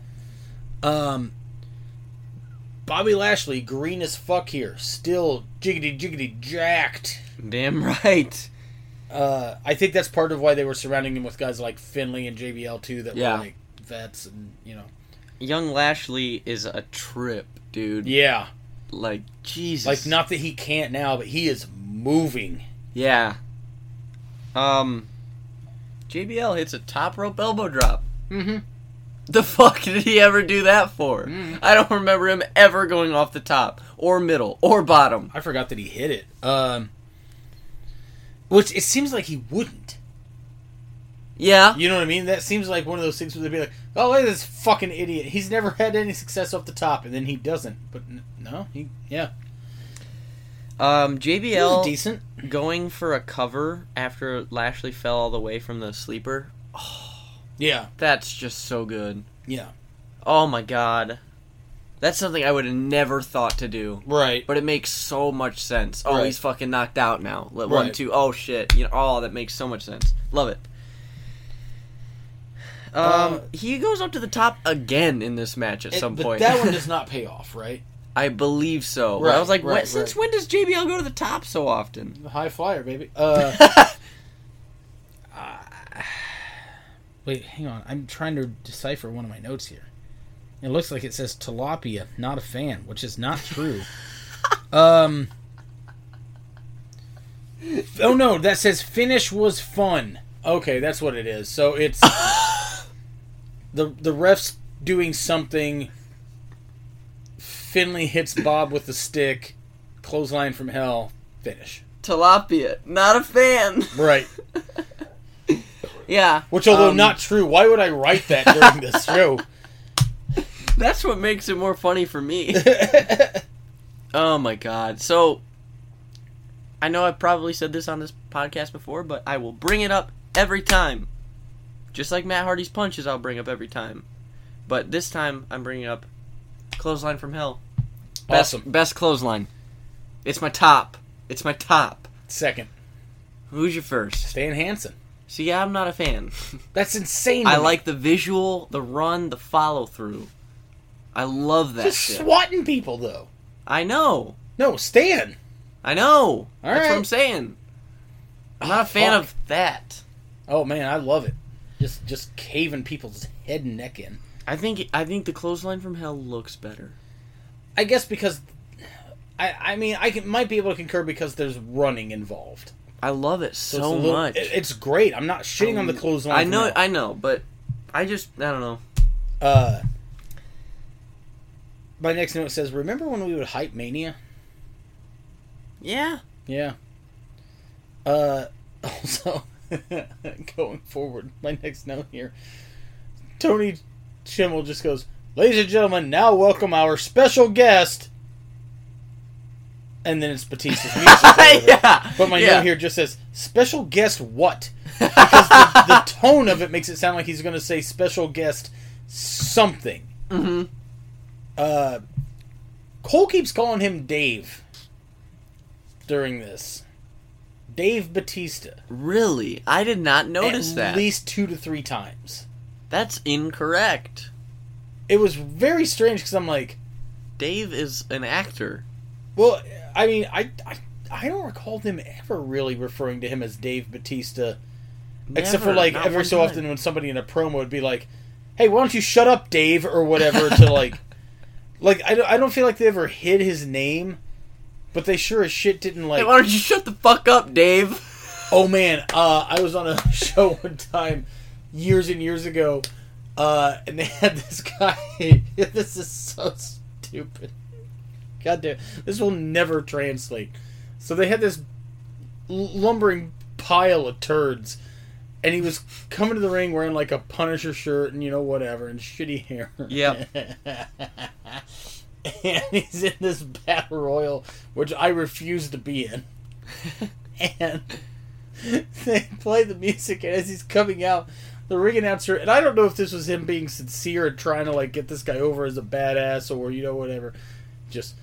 Speaker 1: um, Bobby Lashley, green as fuck here, still jiggity jiggity jacked.
Speaker 2: Damn right.
Speaker 1: Uh, I think that's part of why they were surrounding him with guys like Finley and JBL too. That
Speaker 2: Yeah.
Speaker 1: were like vets and you know,
Speaker 2: Young Lashley is a trip, dude.
Speaker 1: yeah,
Speaker 2: Like Jesus.
Speaker 1: like not that he can't now, but he is moving.
Speaker 2: Yeah. Um. JBL hits a top rope elbow drop.
Speaker 1: Mm-hmm.
Speaker 2: The fuck did he ever do that for? I don't remember him ever going off the top or middle or bottom.
Speaker 1: I forgot that he hit it. Um, which it seems like he wouldn't.
Speaker 2: Yeah.
Speaker 1: You know what I mean? That seems like one of those things where they'd be like, "Oh, look at this fucking idiot. He's never had any success off the top, and then he doesn't." But n- no, he yeah,
Speaker 2: Um,
Speaker 1: he was
Speaker 2: JBL
Speaker 1: decent.
Speaker 2: going for a cover after Lashley fell all the way from the sleeper.
Speaker 1: Yeah,
Speaker 2: That's just so good.
Speaker 1: yeah,
Speaker 2: Oh my god. That's something I would have never thought to do.
Speaker 1: right.
Speaker 2: But it makes so much sense. Oh,
Speaker 1: Right.
Speaker 2: he's fucking knocked out now. Let- One,
Speaker 1: Right.
Speaker 2: two, oh shit. You know, oh, that makes so much sense. Love it. Um,
Speaker 1: Uh,
Speaker 2: he goes up to the top again in this match at
Speaker 1: It-
Speaker 2: some
Speaker 1: but
Speaker 2: point. *laughs*
Speaker 1: that one does not pay off, right?
Speaker 2: I believe so. But I
Speaker 1: Right,
Speaker 2: was like,
Speaker 1: right,
Speaker 2: when-
Speaker 1: right.
Speaker 2: since when does JBL go to the top so often?
Speaker 1: High flyer, baby. Uh,
Speaker 3: Wait, hang on. I'm trying to decipher one of my notes here. It looks like it says tilapia, not a fan, which is not true. um. Oh no, that says finish was fun.
Speaker 1: Okay, that's what it is. So it's the the refs doing something. Finley hits Bob with the stick, clothesline from hell, finish.
Speaker 2: Tilapia, not a fan. *laughs*
Speaker 1: Right.
Speaker 2: yeah.
Speaker 1: Which, although
Speaker 2: um,
Speaker 1: not true, why would I write that during
Speaker 2: *laughs*
Speaker 1: this show?
Speaker 2: That's what makes it more funny for me.
Speaker 1: *laughs*
Speaker 2: oh my god. So I know I probably said this on this podcast before, but I will bring it up every time. Just like Matt Hardy's punches I'll bring up every time. But this time I'm bringing up clothesline from hell. Best
Speaker 1: Awesome.
Speaker 2: best clothesline. It's my top. It's my top.
Speaker 1: Second,
Speaker 2: Who's your first?
Speaker 1: Stan Hansen.
Speaker 2: See, yeah, I'm not
Speaker 1: *laughs*
Speaker 2: a fan.
Speaker 1: That's insane. to
Speaker 2: I
Speaker 1: me.
Speaker 2: like the visual, the run, the follow through. I love that
Speaker 1: just
Speaker 2: shit.
Speaker 1: swatting people though.
Speaker 2: I know.
Speaker 1: No, Stan.
Speaker 2: I know.
Speaker 1: All
Speaker 2: That's what
Speaker 1: right.
Speaker 2: I'm saying. I'm not a fan
Speaker 1: fuck.
Speaker 2: of that.
Speaker 1: Oh man, I love it. Just just caving people's head and neck in.
Speaker 2: I think I think the clothesline from hell looks better.
Speaker 1: I guess because I I mean I can, might be able to concur because there's running involved.
Speaker 2: I love it so,
Speaker 1: it's a little-
Speaker 2: much. Um,
Speaker 1: it- it's great. I'm not shitting on the clothesline.
Speaker 2: I
Speaker 1: from
Speaker 2: know.
Speaker 1: hell.
Speaker 2: I know, but I just I don't know.
Speaker 1: uh, my next note says, "Remember when we would hype Mania?"
Speaker 2: Yeah.
Speaker 1: Yeah. Uh, *laughs* also, going forward, my next note here, Tony Schimmel just goes, "Ladies and gentlemen, now welcome our special guest." And then it's Batista's music. or whatever.
Speaker 2: *laughs* yeah.
Speaker 1: But my
Speaker 2: yeah.
Speaker 1: note here just says special guest what? Because the,
Speaker 2: *laughs*
Speaker 1: the tone of it makes it sound like he's going to say special guest something.
Speaker 2: Mhm.
Speaker 1: Uh, Cole keeps calling him Dave during this. Dave Batista.
Speaker 2: Really, I did not notice
Speaker 1: at
Speaker 2: that.
Speaker 1: least two to three times.
Speaker 2: That's incorrect.
Speaker 1: It was very strange because I'm like,
Speaker 2: Dave is an actor.
Speaker 1: well, I mean, I, I, I don't recall them ever really referring to him as Dave Batista. Except for
Speaker 2: Never,
Speaker 1: like
Speaker 2: not
Speaker 1: every
Speaker 2: one
Speaker 1: so
Speaker 2: time.
Speaker 1: often when somebody in a promo would be like, "Hey, why don't you shut up, Dave?" or whatever
Speaker 2: *laughs*
Speaker 1: to like, like I don't, I don't feel like they ever hid his name, but they sure as shit didn't like.
Speaker 2: Hey, why don't you shut the fuck up, Dave?
Speaker 1: Oh man, uh, I was on a *laughs* show one time years and years ago, uh, and they had this guy. *laughs* this is so stupid. God damn, this will never translate. So they had this l- lumbering pile of turds, and he was coming to the ring wearing like a Punisher shirt and you know whatever and shitty hair.
Speaker 2: *laughs* Yep.
Speaker 1: *laughs* and he's in this battle royal, which I refuse to be in and *laughs* they play the music and as he's coming out the ring announcer and i don't know if this was him being sincere and trying to like get this guy over as a badass or you know whatever just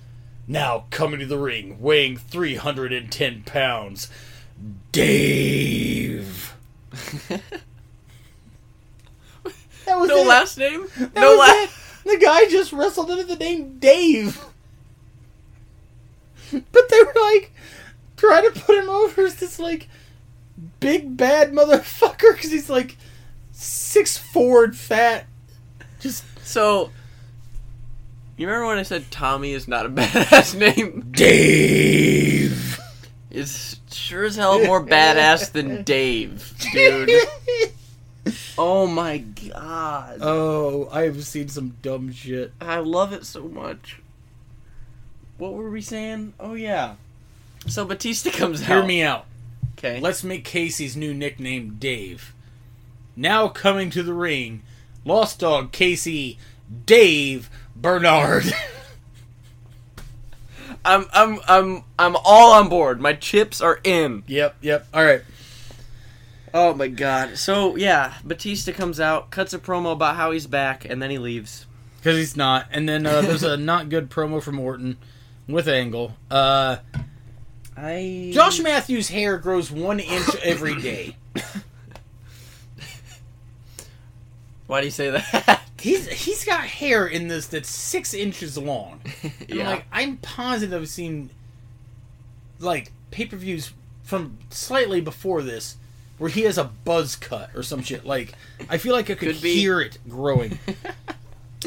Speaker 1: now coming to the ring weighing 310 pounds dave that was
Speaker 2: No
Speaker 1: it.
Speaker 2: last name.
Speaker 1: That
Speaker 2: no
Speaker 1: was
Speaker 2: last.
Speaker 1: it. The guy just wrestled under the name Dave. But they were like trying to put him over as this like big bad motherfucker because he's like six four and fat. Just
Speaker 2: So, you remember when I said Tommy is not a *laughs* badass name?
Speaker 1: Dave,
Speaker 2: It's sure as hell more badass *laughs* than Dave,
Speaker 1: *laughs*
Speaker 2: dude. Oh my god.
Speaker 1: oh, I have seen some dumb shit.
Speaker 2: I love it so much. What were we saying? Oh yeah. So Batista comes out.
Speaker 1: Hear me out.
Speaker 2: Okay.
Speaker 1: Let's make Casey's new nickname Dave. Now coming to the ring, Lost Dog Casey Dave Bernard. *laughs*
Speaker 2: I'm I'm I'm I'm all on board. My chips are in.
Speaker 1: yep, yep. All right.
Speaker 2: Oh my god. So yeah, Batista comes out, cuts a promo about how he's back, and then he leaves.
Speaker 1: Because he's not. And then uh, there's a not good promo from Orton with Angle. Uh,
Speaker 2: I
Speaker 1: Josh Matthews' hair grows one inch every day.
Speaker 2: Why do you say that? *laughs*
Speaker 1: He's he's got hair in this that's six inches long. And I'm
Speaker 2: Yeah.
Speaker 1: like I'm positive I've seen like pay per views from slightly before this where he has a buzz cut or some shit. Like I feel like I could,
Speaker 2: Could be.
Speaker 1: hear it
Speaker 2: *laughs*
Speaker 1: growing.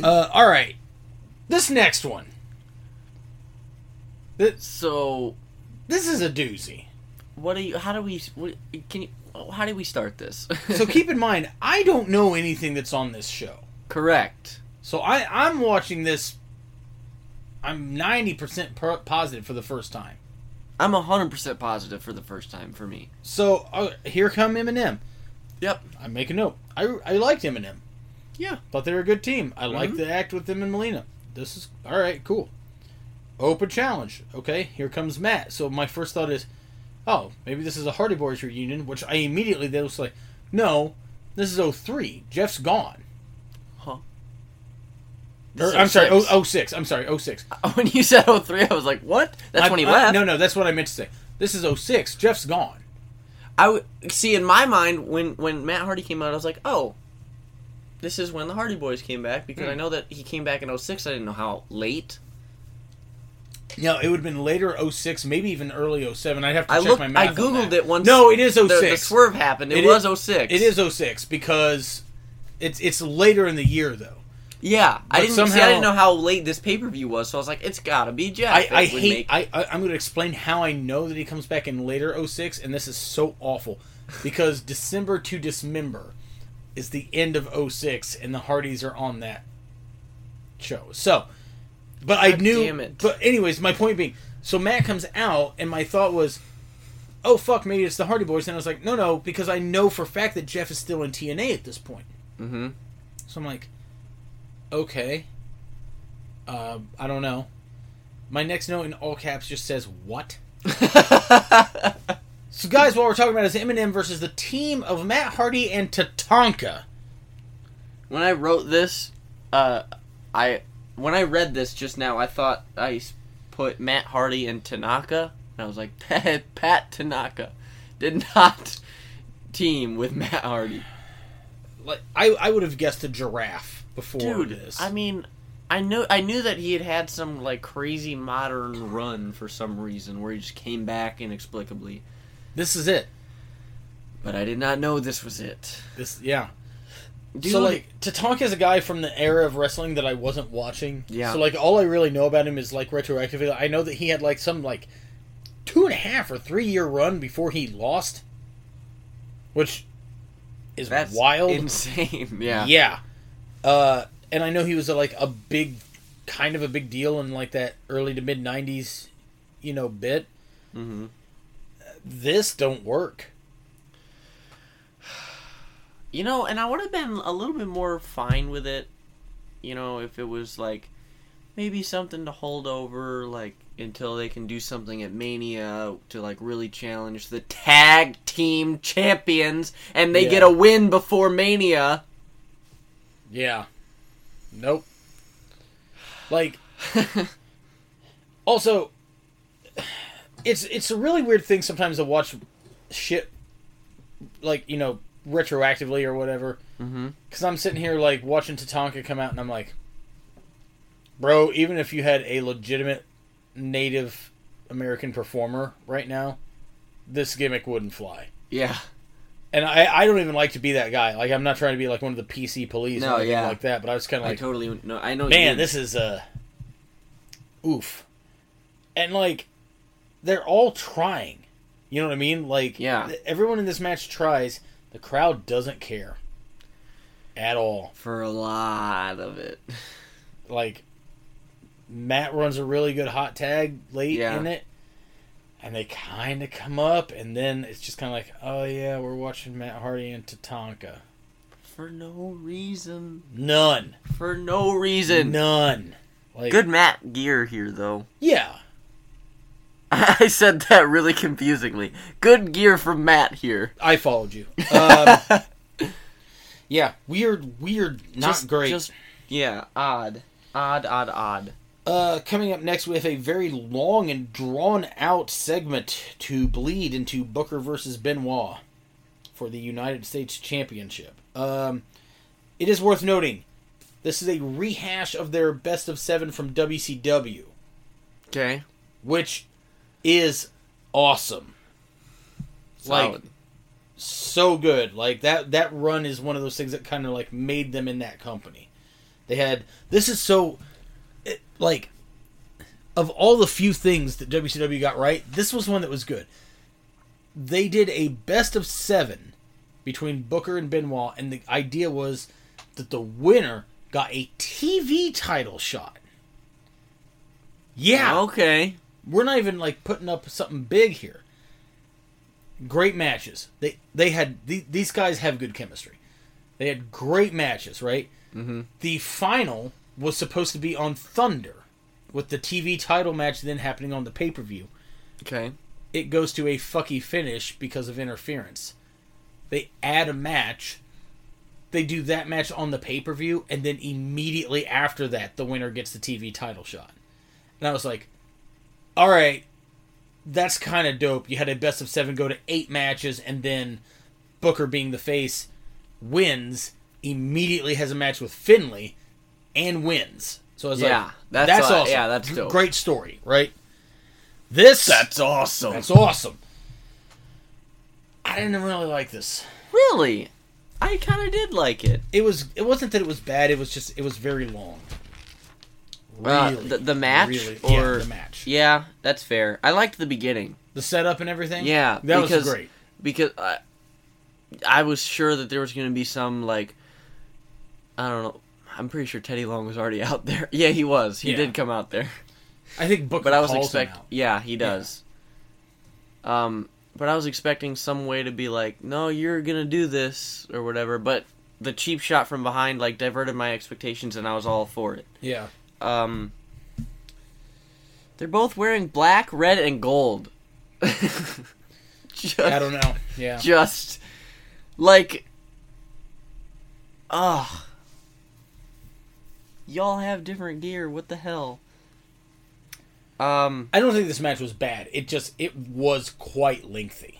Speaker 1: uh, all right, this next one. This
Speaker 2: so,
Speaker 1: this is a doozy.
Speaker 2: what do you? How do we? What, can you? How do we start this?
Speaker 1: So
Speaker 2: *laughs*
Speaker 1: keep in mind, I don't know anything that's on this show.
Speaker 2: correct.
Speaker 1: So I I'm watching this. I'm ninety percent positive for the first time.
Speaker 2: I'm hundred percent positive for the first time for me.
Speaker 1: So uh, here come Eminem.
Speaker 2: Yep.
Speaker 1: I make a note. I I liked Eminem.
Speaker 2: Yeah.
Speaker 1: Thought they were a good team. I liked
Speaker 2: Mhm.
Speaker 1: the act with them and Melina. This is all right. Cool. Open challenge. Okay, here comes Matt. So my first thought is, oh, maybe this is a Hardy Boys reunion, which I immediately then was like, no, this is 03. Jeff's gone.
Speaker 2: Huh.
Speaker 1: Or,
Speaker 2: This
Speaker 1: Er, I'm
Speaker 2: is
Speaker 1: sorry,
Speaker 2: six.
Speaker 1: oh, 06. I'm sorry, 06.
Speaker 2: *laughs* When you said 03, I was like, "What?" That's
Speaker 1: I-
Speaker 2: when he
Speaker 1: I-
Speaker 2: left.
Speaker 1: No, no, that's what I meant to say. This is 06. Jeff's gone.
Speaker 2: I w- see in my mind when when Matt Hardy came out, I was like, oh, this is when the Hardy Boys came back because
Speaker 1: Hmm.
Speaker 2: I know that he came back in 06. I didn't know how late.
Speaker 1: No, it would have been later 06, maybe even early 07. I'd have to
Speaker 2: I
Speaker 1: check
Speaker 2: looked,
Speaker 1: my math.
Speaker 2: I
Speaker 1: on
Speaker 2: googled
Speaker 1: that.
Speaker 2: it once.
Speaker 1: No, it is
Speaker 2: the,
Speaker 1: 06.
Speaker 2: the swerve happened. It,
Speaker 1: It
Speaker 2: was
Speaker 1: is-
Speaker 2: 06.
Speaker 1: It is 06 because it's it's later in the year though.
Speaker 2: Yeah, I
Speaker 1: But
Speaker 2: didn't see.
Speaker 1: somehow-
Speaker 2: I didn't know how late this pay per view was, so I was like, it's gotta be Jeff.
Speaker 1: I,
Speaker 2: It
Speaker 1: I
Speaker 2: would
Speaker 1: hate. I, I I'm going to explain how I know that he comes back in later 06, and this is so awful because December to Dismember is the end of 06, and the Hardys are on that show. So, but I
Speaker 2: God
Speaker 1: knew.
Speaker 2: damn it.
Speaker 1: But anyways, my point being, so Matt comes out, and my thought was. Oh fuck! Maybe it's the Hardy Boys, and I was like, no, no, because I know for a fact that Jeff is still in TNA at this point.
Speaker 2: hmm
Speaker 1: So I'm like, okay. Uh, I don't know. My next note in all caps just says
Speaker 2: *laughs*
Speaker 1: what. so guys, what we're talking about is Eminem versus the team of Matt Hardy and Tatanka.
Speaker 2: When I wrote this, uh, I when I read this just now, I thought I s- put Matt Hardy and Tanaka, and I was like, *laughs* Pat, Pat Tanaka did not team with Matt Hardy.
Speaker 1: Like I, I would have guessed a giraffe before
Speaker 2: Dude,
Speaker 1: this.
Speaker 2: I mean, I know I knew that he had had some like crazy modern run for some reason where he just came back inexplicably,
Speaker 1: this is it.
Speaker 2: but I did not know this was it.
Speaker 1: This yeah.
Speaker 2: Dude,
Speaker 1: so like Tatanka is a guy from the era of wrestling that I wasn't watching.
Speaker 2: Yeah.
Speaker 1: So like all I really know about him is like retroactively. I know that he had like some like two and a half or three year run before he lost, which is
Speaker 2: that's
Speaker 1: wild.
Speaker 2: insane. *laughs* Yeah.
Speaker 1: Yeah. Uh, and I know he was a, like a big, kind of a big deal in like that early to mid '90s, you know, bit.
Speaker 2: Mhm.
Speaker 1: This don't work.
Speaker 2: You know, and I would have been a little bit more fine with it, you know, if it was like maybe something to hold over, like until they can do something at Mania to like really challenge the tag team champions and they
Speaker 1: Yeah.
Speaker 2: get a win before Mania.
Speaker 1: Yeah. Nope. Like also it's it's a really weird thing sometimes to watch shit like, you know, retroactively or whatever.
Speaker 2: Mhm.
Speaker 1: Cuz I'm sitting here like watching Tatanka come out and I'm like bro, even if you had a legitimate native American performer right now, this gimmick wouldn't fly.
Speaker 2: Yeah.
Speaker 1: And I, I don't even like to be that guy. Like I'm not trying to be like one of the PC police
Speaker 2: No,
Speaker 1: or anything
Speaker 2: yeah.
Speaker 1: like that, but I was kind of
Speaker 2: I
Speaker 1: like
Speaker 2: totally know. I know. what you
Speaker 1: man
Speaker 2: mean.
Speaker 1: this is uh oof and like they're all trying you know what i mean like
Speaker 2: Yeah.
Speaker 1: th- everyone in this match tries the crowd doesn't care at all
Speaker 2: for a lot of it.
Speaker 1: like matt runs a really good hot tag late
Speaker 2: Yeah.
Speaker 1: in it and they kind of come up and then it's just kind of like oh yeah we're watching matt hardy and tatanka
Speaker 2: For no reason.
Speaker 1: none
Speaker 2: For no reason.
Speaker 1: none like
Speaker 2: Good Matt gear here though.
Speaker 1: yeah
Speaker 2: *laughs* I said that really confusingly. Good gear from Matt here.
Speaker 1: I followed
Speaker 2: *laughs*
Speaker 1: you. Um, yeah, weird, weird, not
Speaker 2: Just-
Speaker 1: great.
Speaker 2: Just yeah, odd, odd, odd, odd.
Speaker 1: Uh, coming up next, we have a very long and drawn out segment to bleed into Booker versus Benoit for the United States Championship. Um, It is worth noting, this is a rehash of their best of seven from WCW,
Speaker 2: Okay.
Speaker 1: which is awesome. Like,
Speaker 2: Solid.
Speaker 1: so good. Like that that run is one of those things that kind of like made them in that company. They had this is so it, like of all the few things that WCW got right, this was one that was good. They did a best of 7 between Booker and Benoit and the idea was that the winner got a TV title shot.
Speaker 2: Oh,
Speaker 1: Yeah
Speaker 2: Okay.
Speaker 1: we're not even like putting up something big here. Great matches. They they had the, these guys have good chemistry. They had great matches, right? Mm-hmm. The final was supposed to be on Thunder, with the TV title match then happening on the pay per view.
Speaker 2: Okay.
Speaker 1: It goes to a fucky finish because of interference. They add a match. They do that match on the pay per view, and then immediately after that, the winner gets the TV title shot. And I was like, all right, that's kind of dope. You had a best of seven go to eight matches, and then Booker, being the face, wins, immediately has a match with Finley, and wins. So I was
Speaker 2: Yeah,
Speaker 1: like,
Speaker 2: that's,
Speaker 1: that's
Speaker 2: uh,
Speaker 1: awesome.
Speaker 2: yeah, that's dope.
Speaker 1: Great story, right? This,
Speaker 2: awesome.
Speaker 1: that's awesome. I didn't really like this.
Speaker 2: really? I kind of did like it.
Speaker 1: It was. It wasn't that it was bad. It was just. It was very long.
Speaker 2: Uh, the- the match
Speaker 1: really,
Speaker 2: or-
Speaker 1: yeah, the match,
Speaker 2: Yeah, that's fair. I liked the beginning
Speaker 1: the setup and everything.
Speaker 2: Yeah,
Speaker 1: that
Speaker 2: because-
Speaker 1: was great.
Speaker 2: because I, I was sure that there was going to be some like I don't know. I'm pretty sure Teddy Long was already *laughs* out there. Yeah, he was. He
Speaker 1: Yeah.
Speaker 2: did come out there.
Speaker 1: I think Booker.
Speaker 2: But I was
Speaker 1: calls him
Speaker 2: expecting.
Speaker 1: out.
Speaker 2: Yeah, he does. Um, but I was expecting some way to be like, no, you're gonna do this or whatever. But the cheap shot from behind like diverted my expectations, and I was all for it.
Speaker 1: Yeah.
Speaker 2: Um, they're both wearing black, red, and gold. *laughs* just,
Speaker 1: I don't know.
Speaker 2: *laughs*
Speaker 1: Yeah.
Speaker 2: Just like, ugh. Y'all have different gear. What the hell? Um.
Speaker 1: I don't think this match was bad. It just it was quite lengthy,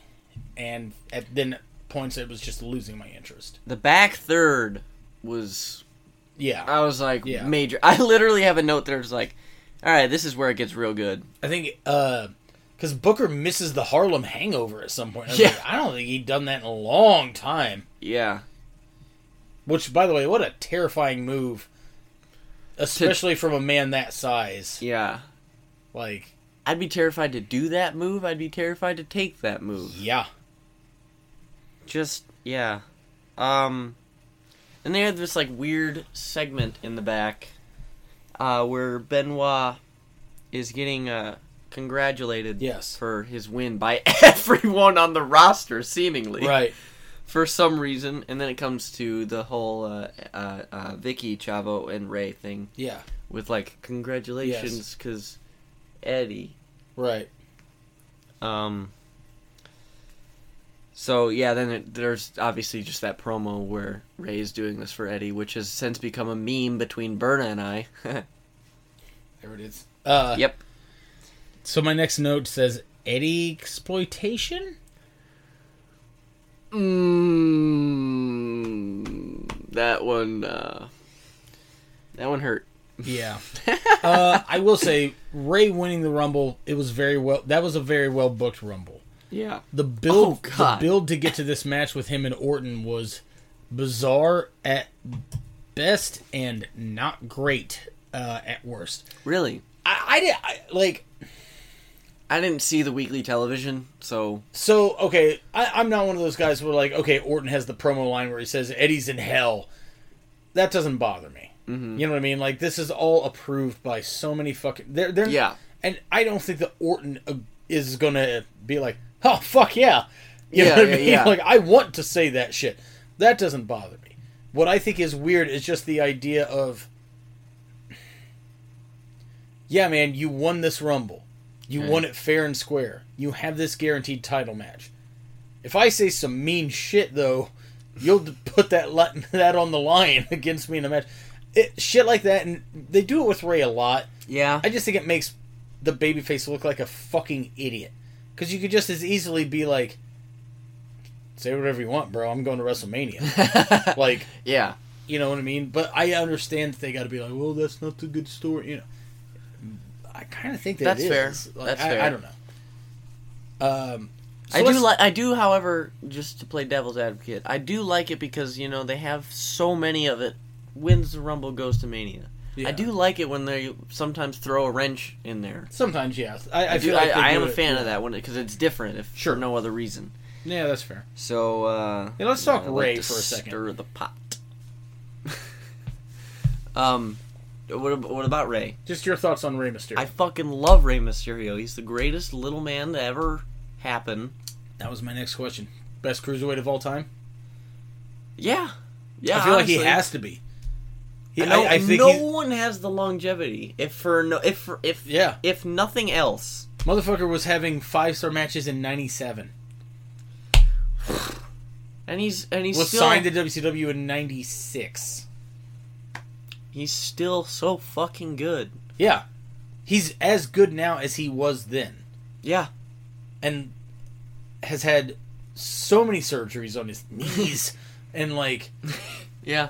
Speaker 1: and at then at points it was just losing my interest.
Speaker 2: the back third was
Speaker 1: Yeah,
Speaker 2: I was like
Speaker 1: Yeah.
Speaker 2: major. *laughs* I literally have a note there's like, all right, this is where it gets real good.
Speaker 1: I think uh, because Booker misses the Harlem Hangover at some point. I, was
Speaker 2: Yeah.
Speaker 1: like, I don't think he'd done that in a long time.
Speaker 2: Yeah,
Speaker 1: Which, by the way, what a terrifying move, especially from a man that size.
Speaker 2: yeah.
Speaker 1: Like,
Speaker 2: I'd be terrified to do that move. I'd be terrified to take that move.
Speaker 1: yeah,
Speaker 2: Just yeah. Um, and they had this like weird segment in the back, uh, where Benoit is getting uh congratulated
Speaker 1: Yes.
Speaker 2: for his win by *laughs* everyone on the roster seemingly
Speaker 1: right.
Speaker 2: for some reason, and then it comes to the whole uh, uh, uh, Vicky Chavo and Ray thing
Speaker 1: Yeah,
Speaker 2: with like congratulations because Eddie.
Speaker 1: right.
Speaker 2: Um. So yeah, then it, there's obviously just that promo where Ray is doing this for Eddie, which has since become a meme between Berna and I. *laughs*
Speaker 1: There it is. Uh,
Speaker 2: yep.
Speaker 3: So my next note says Eddie exploitation.
Speaker 2: Mm, that one. Uh, that one hurt.
Speaker 3: Yeah,
Speaker 1: uh, I will say Ray winning the Rumble. It was very well. That was a very well booked Rumble.
Speaker 2: Yeah.
Speaker 1: The build,
Speaker 2: Oh,
Speaker 1: the
Speaker 2: God.
Speaker 1: build to get to this match with him and Orton was bizarre at best and not great uh, at worst.
Speaker 2: Really.
Speaker 1: I, I did I, like
Speaker 2: I didn't see the weekly television, so
Speaker 1: so. Okay, I, I'm not one of those guys who are like, okay, Orton has the promo line where he says Eddie's in hell. That doesn't bother me. You know what I mean? Like this is all approved by so many fucking. They're they're
Speaker 2: Yeah.
Speaker 1: and I don't think that Orton uh, is gonna be like, oh fuck yeah, you
Speaker 2: Yeah,
Speaker 1: know what
Speaker 2: yeah,
Speaker 1: I mean?
Speaker 2: yeah.
Speaker 1: Like I want to say that shit. That doesn't bother me. What I think is weird is just the idea of, yeah, man, you won this Rumble, you won it fair and square. You have this guaranteed title match. If I say some mean shit though, you'll *laughs* put that li- that on the line *laughs* against me in a match. It, shit like that, and they do it with Ray a lot.
Speaker 2: yeah,
Speaker 1: I just think it makes the babyface look like a fucking idiot. Because you could just as easily be
Speaker 2: *laughs*
Speaker 1: like, say whatever you want, bro. I'm going to WrestleMania. like,
Speaker 2: yeah,
Speaker 1: You know what I mean? But I understand that they got to be like, well, that's not the good story. You know, I kind of think that
Speaker 2: That's
Speaker 1: it
Speaker 2: fair.
Speaker 1: is. Like,
Speaker 2: That's
Speaker 1: I,
Speaker 2: fair.
Speaker 1: I don't know. Um, so
Speaker 2: I do
Speaker 1: let's-
Speaker 2: like. I do, however, just to play devil's advocate, I do like it because you know they have so many of it. Wins the Rumble, goes to Mania.
Speaker 1: Yeah.
Speaker 2: I do like it when they sometimes throw a wrench in there.
Speaker 1: Sometimes, yeah. I, I,
Speaker 2: I,
Speaker 1: feel
Speaker 2: do.
Speaker 1: like they
Speaker 2: I, I
Speaker 1: do
Speaker 2: am a
Speaker 1: it-
Speaker 2: fan of that one because it's different, if
Speaker 1: Sure.
Speaker 2: for no other reason.
Speaker 3: Yeah, that's fair.
Speaker 2: So uh,
Speaker 3: Yeah, let's talk
Speaker 2: I like
Speaker 1: Ray
Speaker 2: to
Speaker 1: for a second.
Speaker 2: Stir the pot. *laughs* um, what ab- what about Ray?
Speaker 1: Just your thoughts on Rey Mysterio.
Speaker 2: I fucking love Ray Mysterio. He's the greatest little man to ever happen.
Speaker 1: that was my next question. Best cruiserweight of all time.
Speaker 2: Yeah, yeah.
Speaker 1: I feel
Speaker 2: honestly.
Speaker 1: like he has to be. He,
Speaker 2: I know-
Speaker 1: I, I think
Speaker 2: no
Speaker 1: he-
Speaker 2: one has the longevity. If for no, if for, if
Speaker 1: Yeah.
Speaker 2: if nothing else,
Speaker 1: motherfucker was having five star matches in '97.
Speaker 2: and he's and he's
Speaker 1: Was
Speaker 2: still
Speaker 1: signed to WCW in '96.
Speaker 2: he's still so fucking good.
Speaker 1: Yeah, he's as good now as he was then,
Speaker 2: Yeah,
Speaker 1: and has had so many surgeries
Speaker 2: *laughs*
Speaker 1: on his knees, and like
Speaker 2: yeah.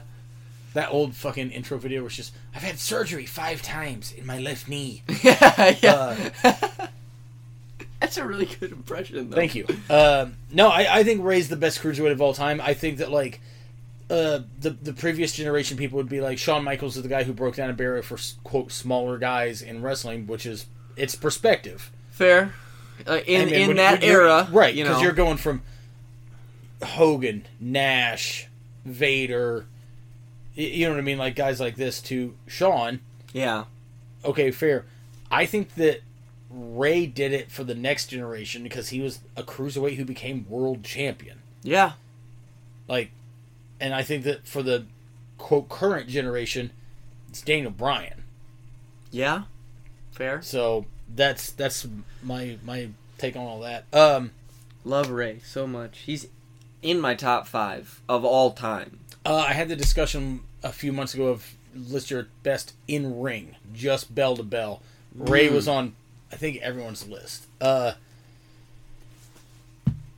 Speaker 1: that old fucking intro video was just, "I've had surgery five times in my left knee."
Speaker 2: yeah. *laughs* That's a really good impression, though.
Speaker 1: Thank you. Um, no, I, I think Ray's the best cruiserweight of all time. I think that like uh, the the previous generation people would be like Shawn Michaels is the guy who broke down a barrier for s- quote smaller guys in wrestling, which is it's perspective
Speaker 2: Fair. Uh, in
Speaker 1: I mean,
Speaker 2: in
Speaker 1: when- when
Speaker 2: that
Speaker 1: you're-
Speaker 2: era,
Speaker 1: right?
Speaker 2: You
Speaker 1: Because
Speaker 2: know,
Speaker 1: you are going from Hogan, Nash, Vader, y- you know what I mean, like guys like this to Shawn.
Speaker 2: yeah,
Speaker 1: okay, fair. I think that Ray did it for the next generation because he was a cruiserweight who became world champion.
Speaker 2: yeah,
Speaker 1: Like, and I think that for the quote current generation, it's Daniel Bryan.
Speaker 2: yeah. Fair.
Speaker 1: So that's that's my my take on all that. Um,
Speaker 2: Love Ray so much. He's in my top five of all time.
Speaker 1: uh, I had the discussion a few months ago of list your best in ring, just bell to bell. Ray
Speaker 2: Hmm.
Speaker 1: was on, I think everyone's list. Uh,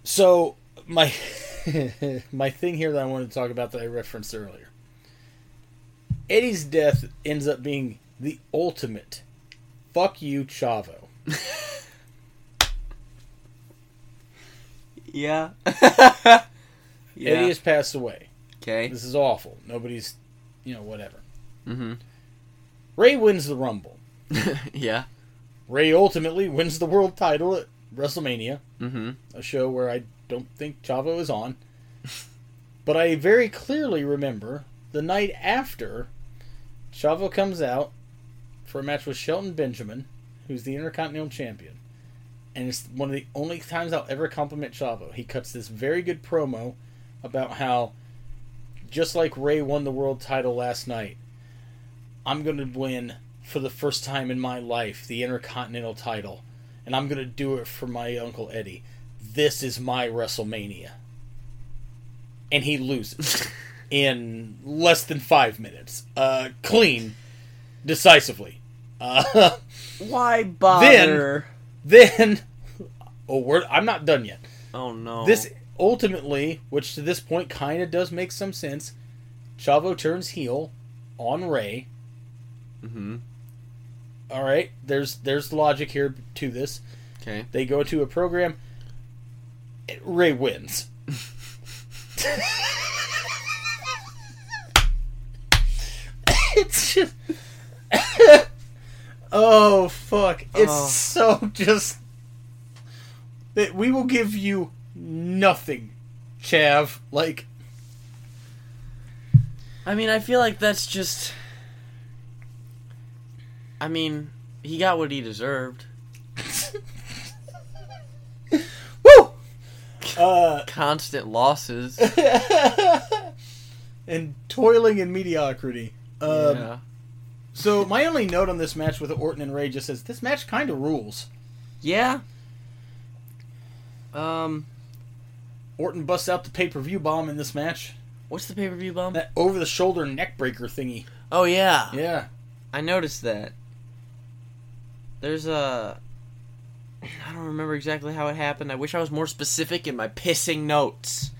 Speaker 1: so my *laughs* my thing here that I wanted to talk about that I referenced earlier. Eddie's death ends up being the ultimate fuck you Chavo.
Speaker 2: Yeah. *laughs*
Speaker 1: Eddie
Speaker 2: yeah.
Speaker 1: has passed away.
Speaker 2: Okay.
Speaker 1: This is awful. Nobody's, you know, whatever.
Speaker 2: Mm-hmm.
Speaker 1: Ray wins the Rumble.
Speaker 2: *laughs* yeah.
Speaker 1: Ray ultimately wins the world title at WrestleMania,
Speaker 2: Mm-hmm.
Speaker 1: a show where I don't think Chavo is on. *laughs* but I very clearly remember the night after Chavo comes out for a match with Shelton Benjamin, who's the Intercontinental Champion. And it's one of the only times I'll ever compliment Chavo. He cuts this very good promo about how just like Ray won the world title last night, I'm going to win for the first time in my life the Intercontinental title, and I'm going to do it for my Uncle Eddie. This is my WrestleMania. And he loses in less than five minutes. Uh, clean, decisively. Uh, *laughs*
Speaker 2: Why bother?
Speaker 1: then, oh, we're, I'm not done yet.
Speaker 2: oh no.
Speaker 1: This ultimately, which to this point kind of does make some sense, Chavo turns heel on Ray.
Speaker 2: Mm-hmm.
Speaker 1: All right, there's there's logic here to this.
Speaker 2: Okay.
Speaker 1: They go to a program. Ray wins. it's just. oh fuck! It's
Speaker 2: Oh.
Speaker 1: so just that we will give you nothing, Chav. Like
Speaker 2: I mean, I feel like that's just. I mean, he got what he deserved.
Speaker 1: woo. Uh,
Speaker 2: Constant losses.
Speaker 1: and toiling in mediocrity. *laughs* Um,
Speaker 2: yeah.
Speaker 1: So my only note on this match with Orton and Ray just says this match kind of rules.
Speaker 2: Yeah. Um,
Speaker 1: Orton busts out the pay per view bomb in this match.
Speaker 2: what's the pay per view bomb?
Speaker 1: That over the shoulder neck breaker thingy.
Speaker 2: oh yeah.
Speaker 1: Yeah.
Speaker 2: I noticed that. There's a. I don't remember exactly how it happened. I wish I was more specific in my pissing notes.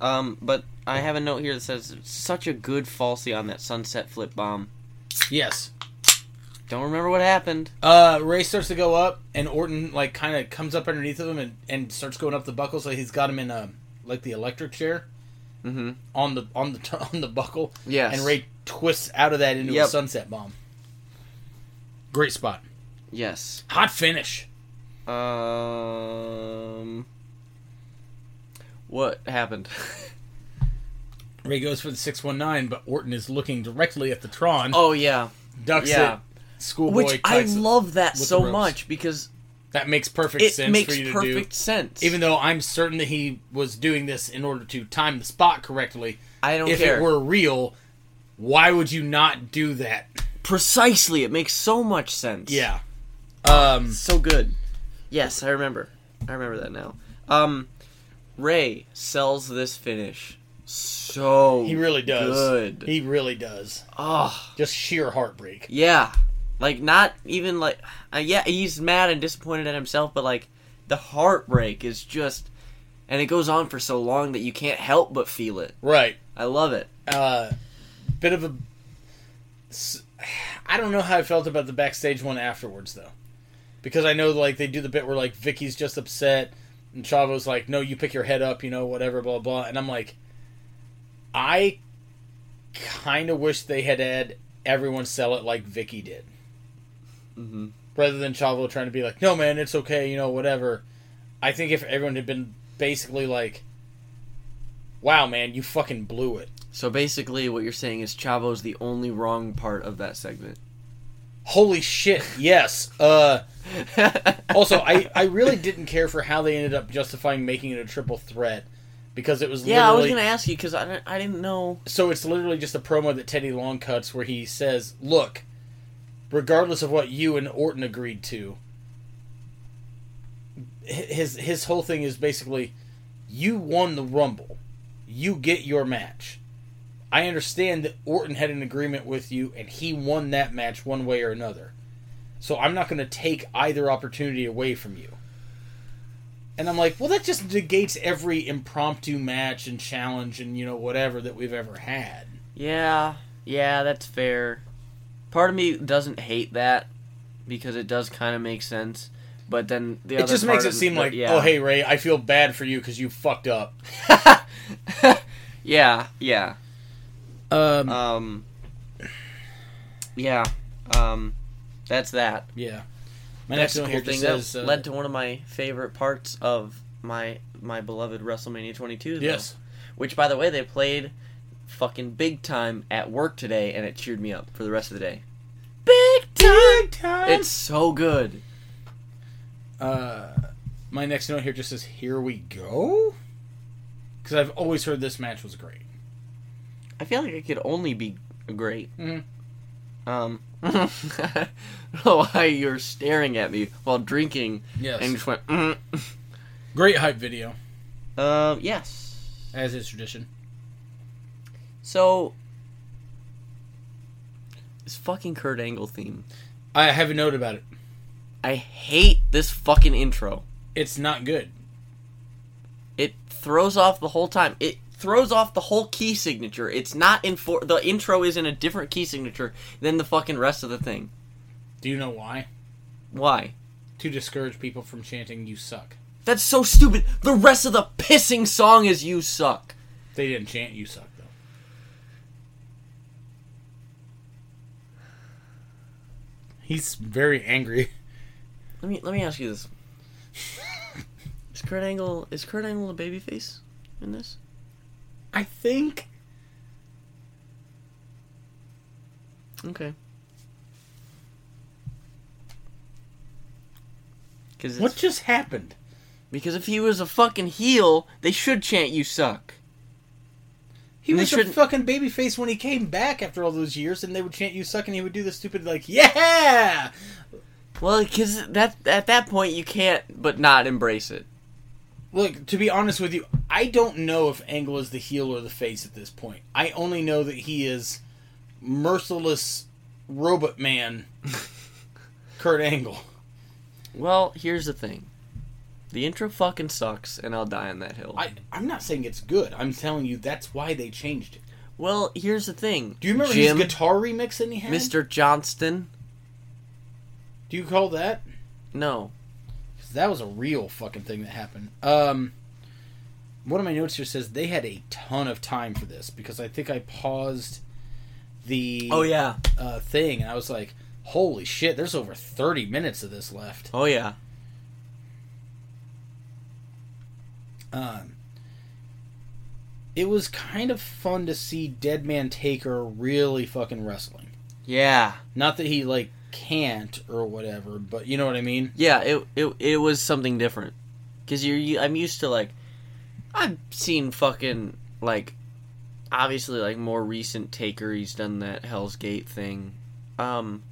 Speaker 2: Um, but I have a note here that says such a good falsy on that sunset flip bomb.
Speaker 1: Yes.
Speaker 2: Don't remember what happened.
Speaker 1: Uh, Ray starts to go up, and Orton like kind of comes up underneath of him and, and starts going up the buckle. So he's got him in um like the electric chair
Speaker 2: Mm-hmm.
Speaker 1: on the on the t- *laughs* on the buckle.
Speaker 2: Yes.
Speaker 1: And Ray twists out of that into
Speaker 2: Yep.
Speaker 1: a sunset bomb. Great spot.
Speaker 2: Yes.
Speaker 1: Hot finish.
Speaker 2: Um. What
Speaker 1: *laughs*
Speaker 2: happened?
Speaker 1: Ray goes for the six one nine, but Orton is looking directly at the Tron.
Speaker 2: oh yeah,
Speaker 1: ducks
Speaker 2: yeah.
Speaker 1: it. Schoolboy.
Speaker 2: which I
Speaker 1: kicks it.
Speaker 2: love that
Speaker 1: with the
Speaker 2: so
Speaker 1: ropes.
Speaker 2: much because
Speaker 1: That makes perfect
Speaker 2: it
Speaker 1: sense
Speaker 2: makes
Speaker 1: for you to
Speaker 2: perfect
Speaker 1: do.
Speaker 2: sense.
Speaker 1: Even though I'm certain that he was doing this in order to time the spot correctly.
Speaker 2: I don't
Speaker 1: if
Speaker 2: care.
Speaker 1: it were real, why would you not do that?
Speaker 2: Precisely, it makes so much sense.
Speaker 1: Yeah. Um,
Speaker 2: so good. Yes, I remember. I remember that now. Um, Ray sells this finish so
Speaker 1: he really does.
Speaker 2: good.
Speaker 1: He really does.
Speaker 2: oh
Speaker 1: Just sheer heartbreak.
Speaker 2: yeah, like not even like uh, yeah he's mad and disappointed at himself, but like the heartbreak is just and it goes on for so long that you can't help but feel it.
Speaker 1: Right.
Speaker 2: I love it.
Speaker 1: Uh, bit of a. s- I don't know how I felt about the backstage one afterwards though, because I know like they do the bit where like Vicky's just upset and Chavo's like, "No, you pick your head up," you know, whatever, blah blah, and I'm like, I kind of wish they had had everyone sell it like Vicky did.
Speaker 2: Mhm.
Speaker 1: Rather than Chavo trying to be like, no, man, it's okay, you know, whatever. I think if everyone had been basically like, wow, man, you fucking blew it.
Speaker 2: So basically, what you're saying is Chavo's the only wrong part of that segment.
Speaker 1: Holy shit, yes. Uh, also, I, I really didn't care for how they ended up justifying making it a triple threat because it was
Speaker 2: yeah, I was
Speaker 1: literally
Speaker 2: gonna ask you because I don't- I didn't know.
Speaker 1: so it's literally just a promo that Teddy Long cuts where he says, "Look, regardless of what you and Orton agreed to, hi- his his whole thing is basically, you won the Rumble, you get your match. I understand that Orton had an agreement with you, and he won that match one way or another. So I'm not going to take either opportunity away from you." And I'm like, well, that just negates every impromptu match and challenge and, you know, whatever that we've ever had.
Speaker 2: Yeah, yeah, that's fair. Part of me doesn't hate that because it does kind of make sense. But then the
Speaker 1: It
Speaker 2: other
Speaker 1: just makes
Speaker 2: part
Speaker 1: it
Speaker 2: of-
Speaker 1: seem like,
Speaker 2: yeah.
Speaker 1: oh, hey, Ray, I feel bad for you because you fucked up.
Speaker 2: yeah, yeah,
Speaker 1: Um,
Speaker 2: um, yeah, um, that's that.
Speaker 1: yeah. My
Speaker 2: That's
Speaker 1: next
Speaker 2: a
Speaker 1: one
Speaker 2: cool
Speaker 1: here
Speaker 2: thing
Speaker 1: just
Speaker 2: that
Speaker 1: says, uh,
Speaker 2: led to one of my favorite parts of my my beloved WrestleMania 22. though.
Speaker 1: yes.
Speaker 2: which by the way they played fucking big time at work today and it cheered me up for the rest of the day big time it's so good
Speaker 1: Uh, my next note here just says, here we go? Because I've always heard this match was great.
Speaker 2: i feel like it could only be great
Speaker 1: Mhm.
Speaker 2: um *laughs* I don't know why you're staring at me while drinking
Speaker 1: Yes.
Speaker 2: and just went mm.
Speaker 1: great hype video,
Speaker 2: uh, yes
Speaker 1: as is tradition.
Speaker 2: so this fucking kurt angle theme
Speaker 1: I have a note about it.
Speaker 2: i hate this fucking intro
Speaker 1: It's not good.
Speaker 2: It throws off the whole time. It throws off the whole key signature. It's not in for the intro is in a different key signature than the fucking rest of the thing.
Speaker 1: Do you know why?
Speaker 2: Why?
Speaker 1: To discourage people from chanting, you suck.
Speaker 2: That's so stupid. The rest of the pissing song is "You Suck."
Speaker 1: They didn't chant, you suck, though. He's very angry.
Speaker 2: Let me let me ask you *laughs* this: Is Kurt Angle is Kurt Angle a babyface in this?
Speaker 1: I think
Speaker 2: Okay. Because
Speaker 1: what just happened?
Speaker 2: because if he was a fucking heel, they should chant "You Suck."
Speaker 1: He
Speaker 2: They
Speaker 1: was a
Speaker 2: shouldn't-
Speaker 1: fucking babyface when he came back after all those years, and they would chant "you suck," and he would do the stupid like "yeah."
Speaker 2: Well, because that at that point you can't but not embrace it.
Speaker 1: Look, to be honest with you, I don't know if Angle is the heel or the face at this point. I only know that he is merciless robot *laughs* man, Kurt Angle.
Speaker 2: Well, here's the thing. The intro fucking sucks, and I'll die on that hill.
Speaker 1: I, I'm not saying it's good. I'm telling you that's why they changed it.
Speaker 2: well, here's the thing.
Speaker 1: Do you remember
Speaker 2: Jim,
Speaker 1: his guitar remix that he had?
Speaker 2: Mr. Johnston?
Speaker 1: Do you call that?
Speaker 2: No.
Speaker 1: 'Cause that was a real fucking thing that happened. Um, one of my notes here says they had a ton of time for this because I think I paused the
Speaker 2: Oh yeah.
Speaker 1: uh, thing and I was like, holy shit, there's over 30 minutes of this left.
Speaker 2: Oh yeah.
Speaker 1: Um, it was kind of fun to see Dead Man Taker really fucking wrestling.
Speaker 2: Yeah.
Speaker 1: Not that he like can't or whatever, but you know what I mean.
Speaker 2: Yeah, it it, it was something different. Cuz you're you, I'm used to like I've seen fucking like obviously like more recent Taker, he's done that Hell's Gate thing. Um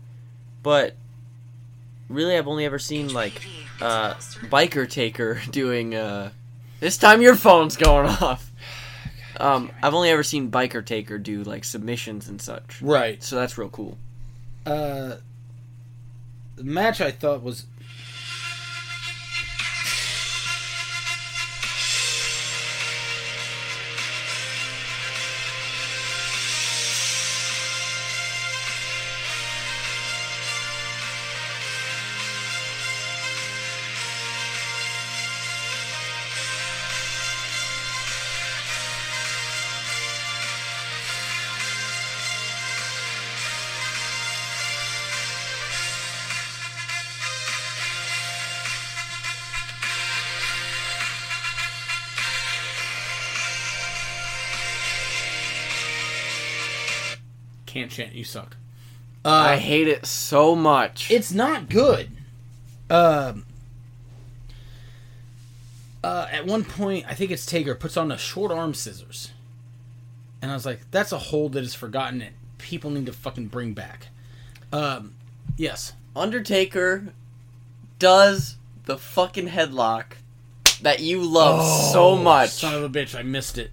Speaker 2: but really I've only ever seen like uh biker Taker *laughs* doing uh this time your phone's going *laughs* off. Um I've only ever seen biker Taker do like submissions and such.
Speaker 1: Right.
Speaker 2: So that's real cool.
Speaker 1: Uh, the match I thought was. Can't chant. You suck. Uh,
Speaker 2: I hate it so much.
Speaker 1: it's not good. Um. Uh, at one point, I think it's Taker puts on a short arm scissors, and I was like, "That's a hold that is forgotten and people need to fucking bring back." Um, yes,
Speaker 2: Undertaker does the fucking headlock that you love Oh, so
Speaker 1: Oh,
Speaker 2: much.
Speaker 1: Son of a bitch, I missed it.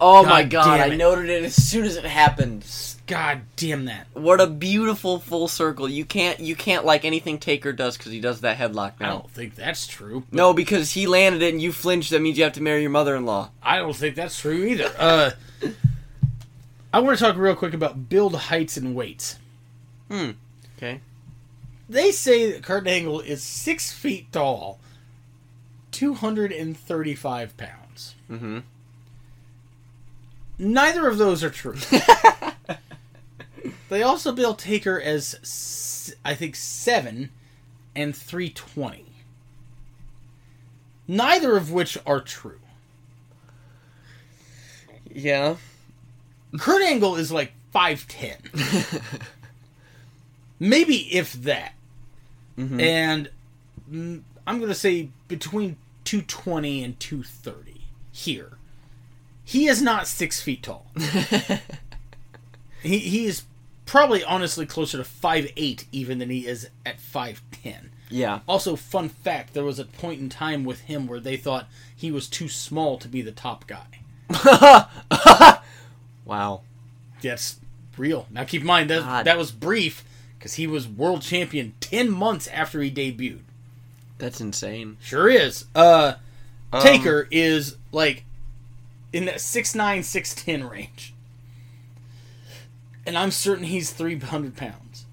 Speaker 2: oh my
Speaker 1: God
Speaker 2: god,
Speaker 1: damn
Speaker 2: I
Speaker 1: it.
Speaker 2: noted it as soon as it happened.
Speaker 1: God damn that!
Speaker 2: What a beautiful full circle. You can't you can't like anything Taker does cuz he does that headlock
Speaker 1: I
Speaker 2: now.
Speaker 1: don't think that's true.
Speaker 2: No, because he landed it and you flinched, that means you have to marry your mother-in-law.
Speaker 1: I don't think that's true either. Uh, I want to talk real quick about build heights and weights.
Speaker 2: Okay.
Speaker 1: They say that Kurt Angle is six feet tall, two hundred and thirty-five pounds.
Speaker 2: Mhm.
Speaker 1: Neither of those are true. they also bill Taker as s- I think seven and three twenty. Neither of which are true.
Speaker 2: Yeah.
Speaker 1: Kurt Angle is like five ten, maybe if that, and mm, I'm gonna say between two twenty and two thirty here. He is not six feet tall. he he is probably honestly closer to five eight even than he is at five ten.
Speaker 2: Yeah.
Speaker 1: Also, fun fact: there was a point in time with him where they thought he was too small to be the top guy.
Speaker 2: Wow.
Speaker 1: that's real. Now keep in mind that
Speaker 2: God.
Speaker 1: that was brief because he was world champion ten months after he debuted.
Speaker 2: That's insane.
Speaker 1: Sure is. Uh,
Speaker 2: Um,
Speaker 1: Taker is like in that six nine six ten range, and I'm certain he's three hundred pounds.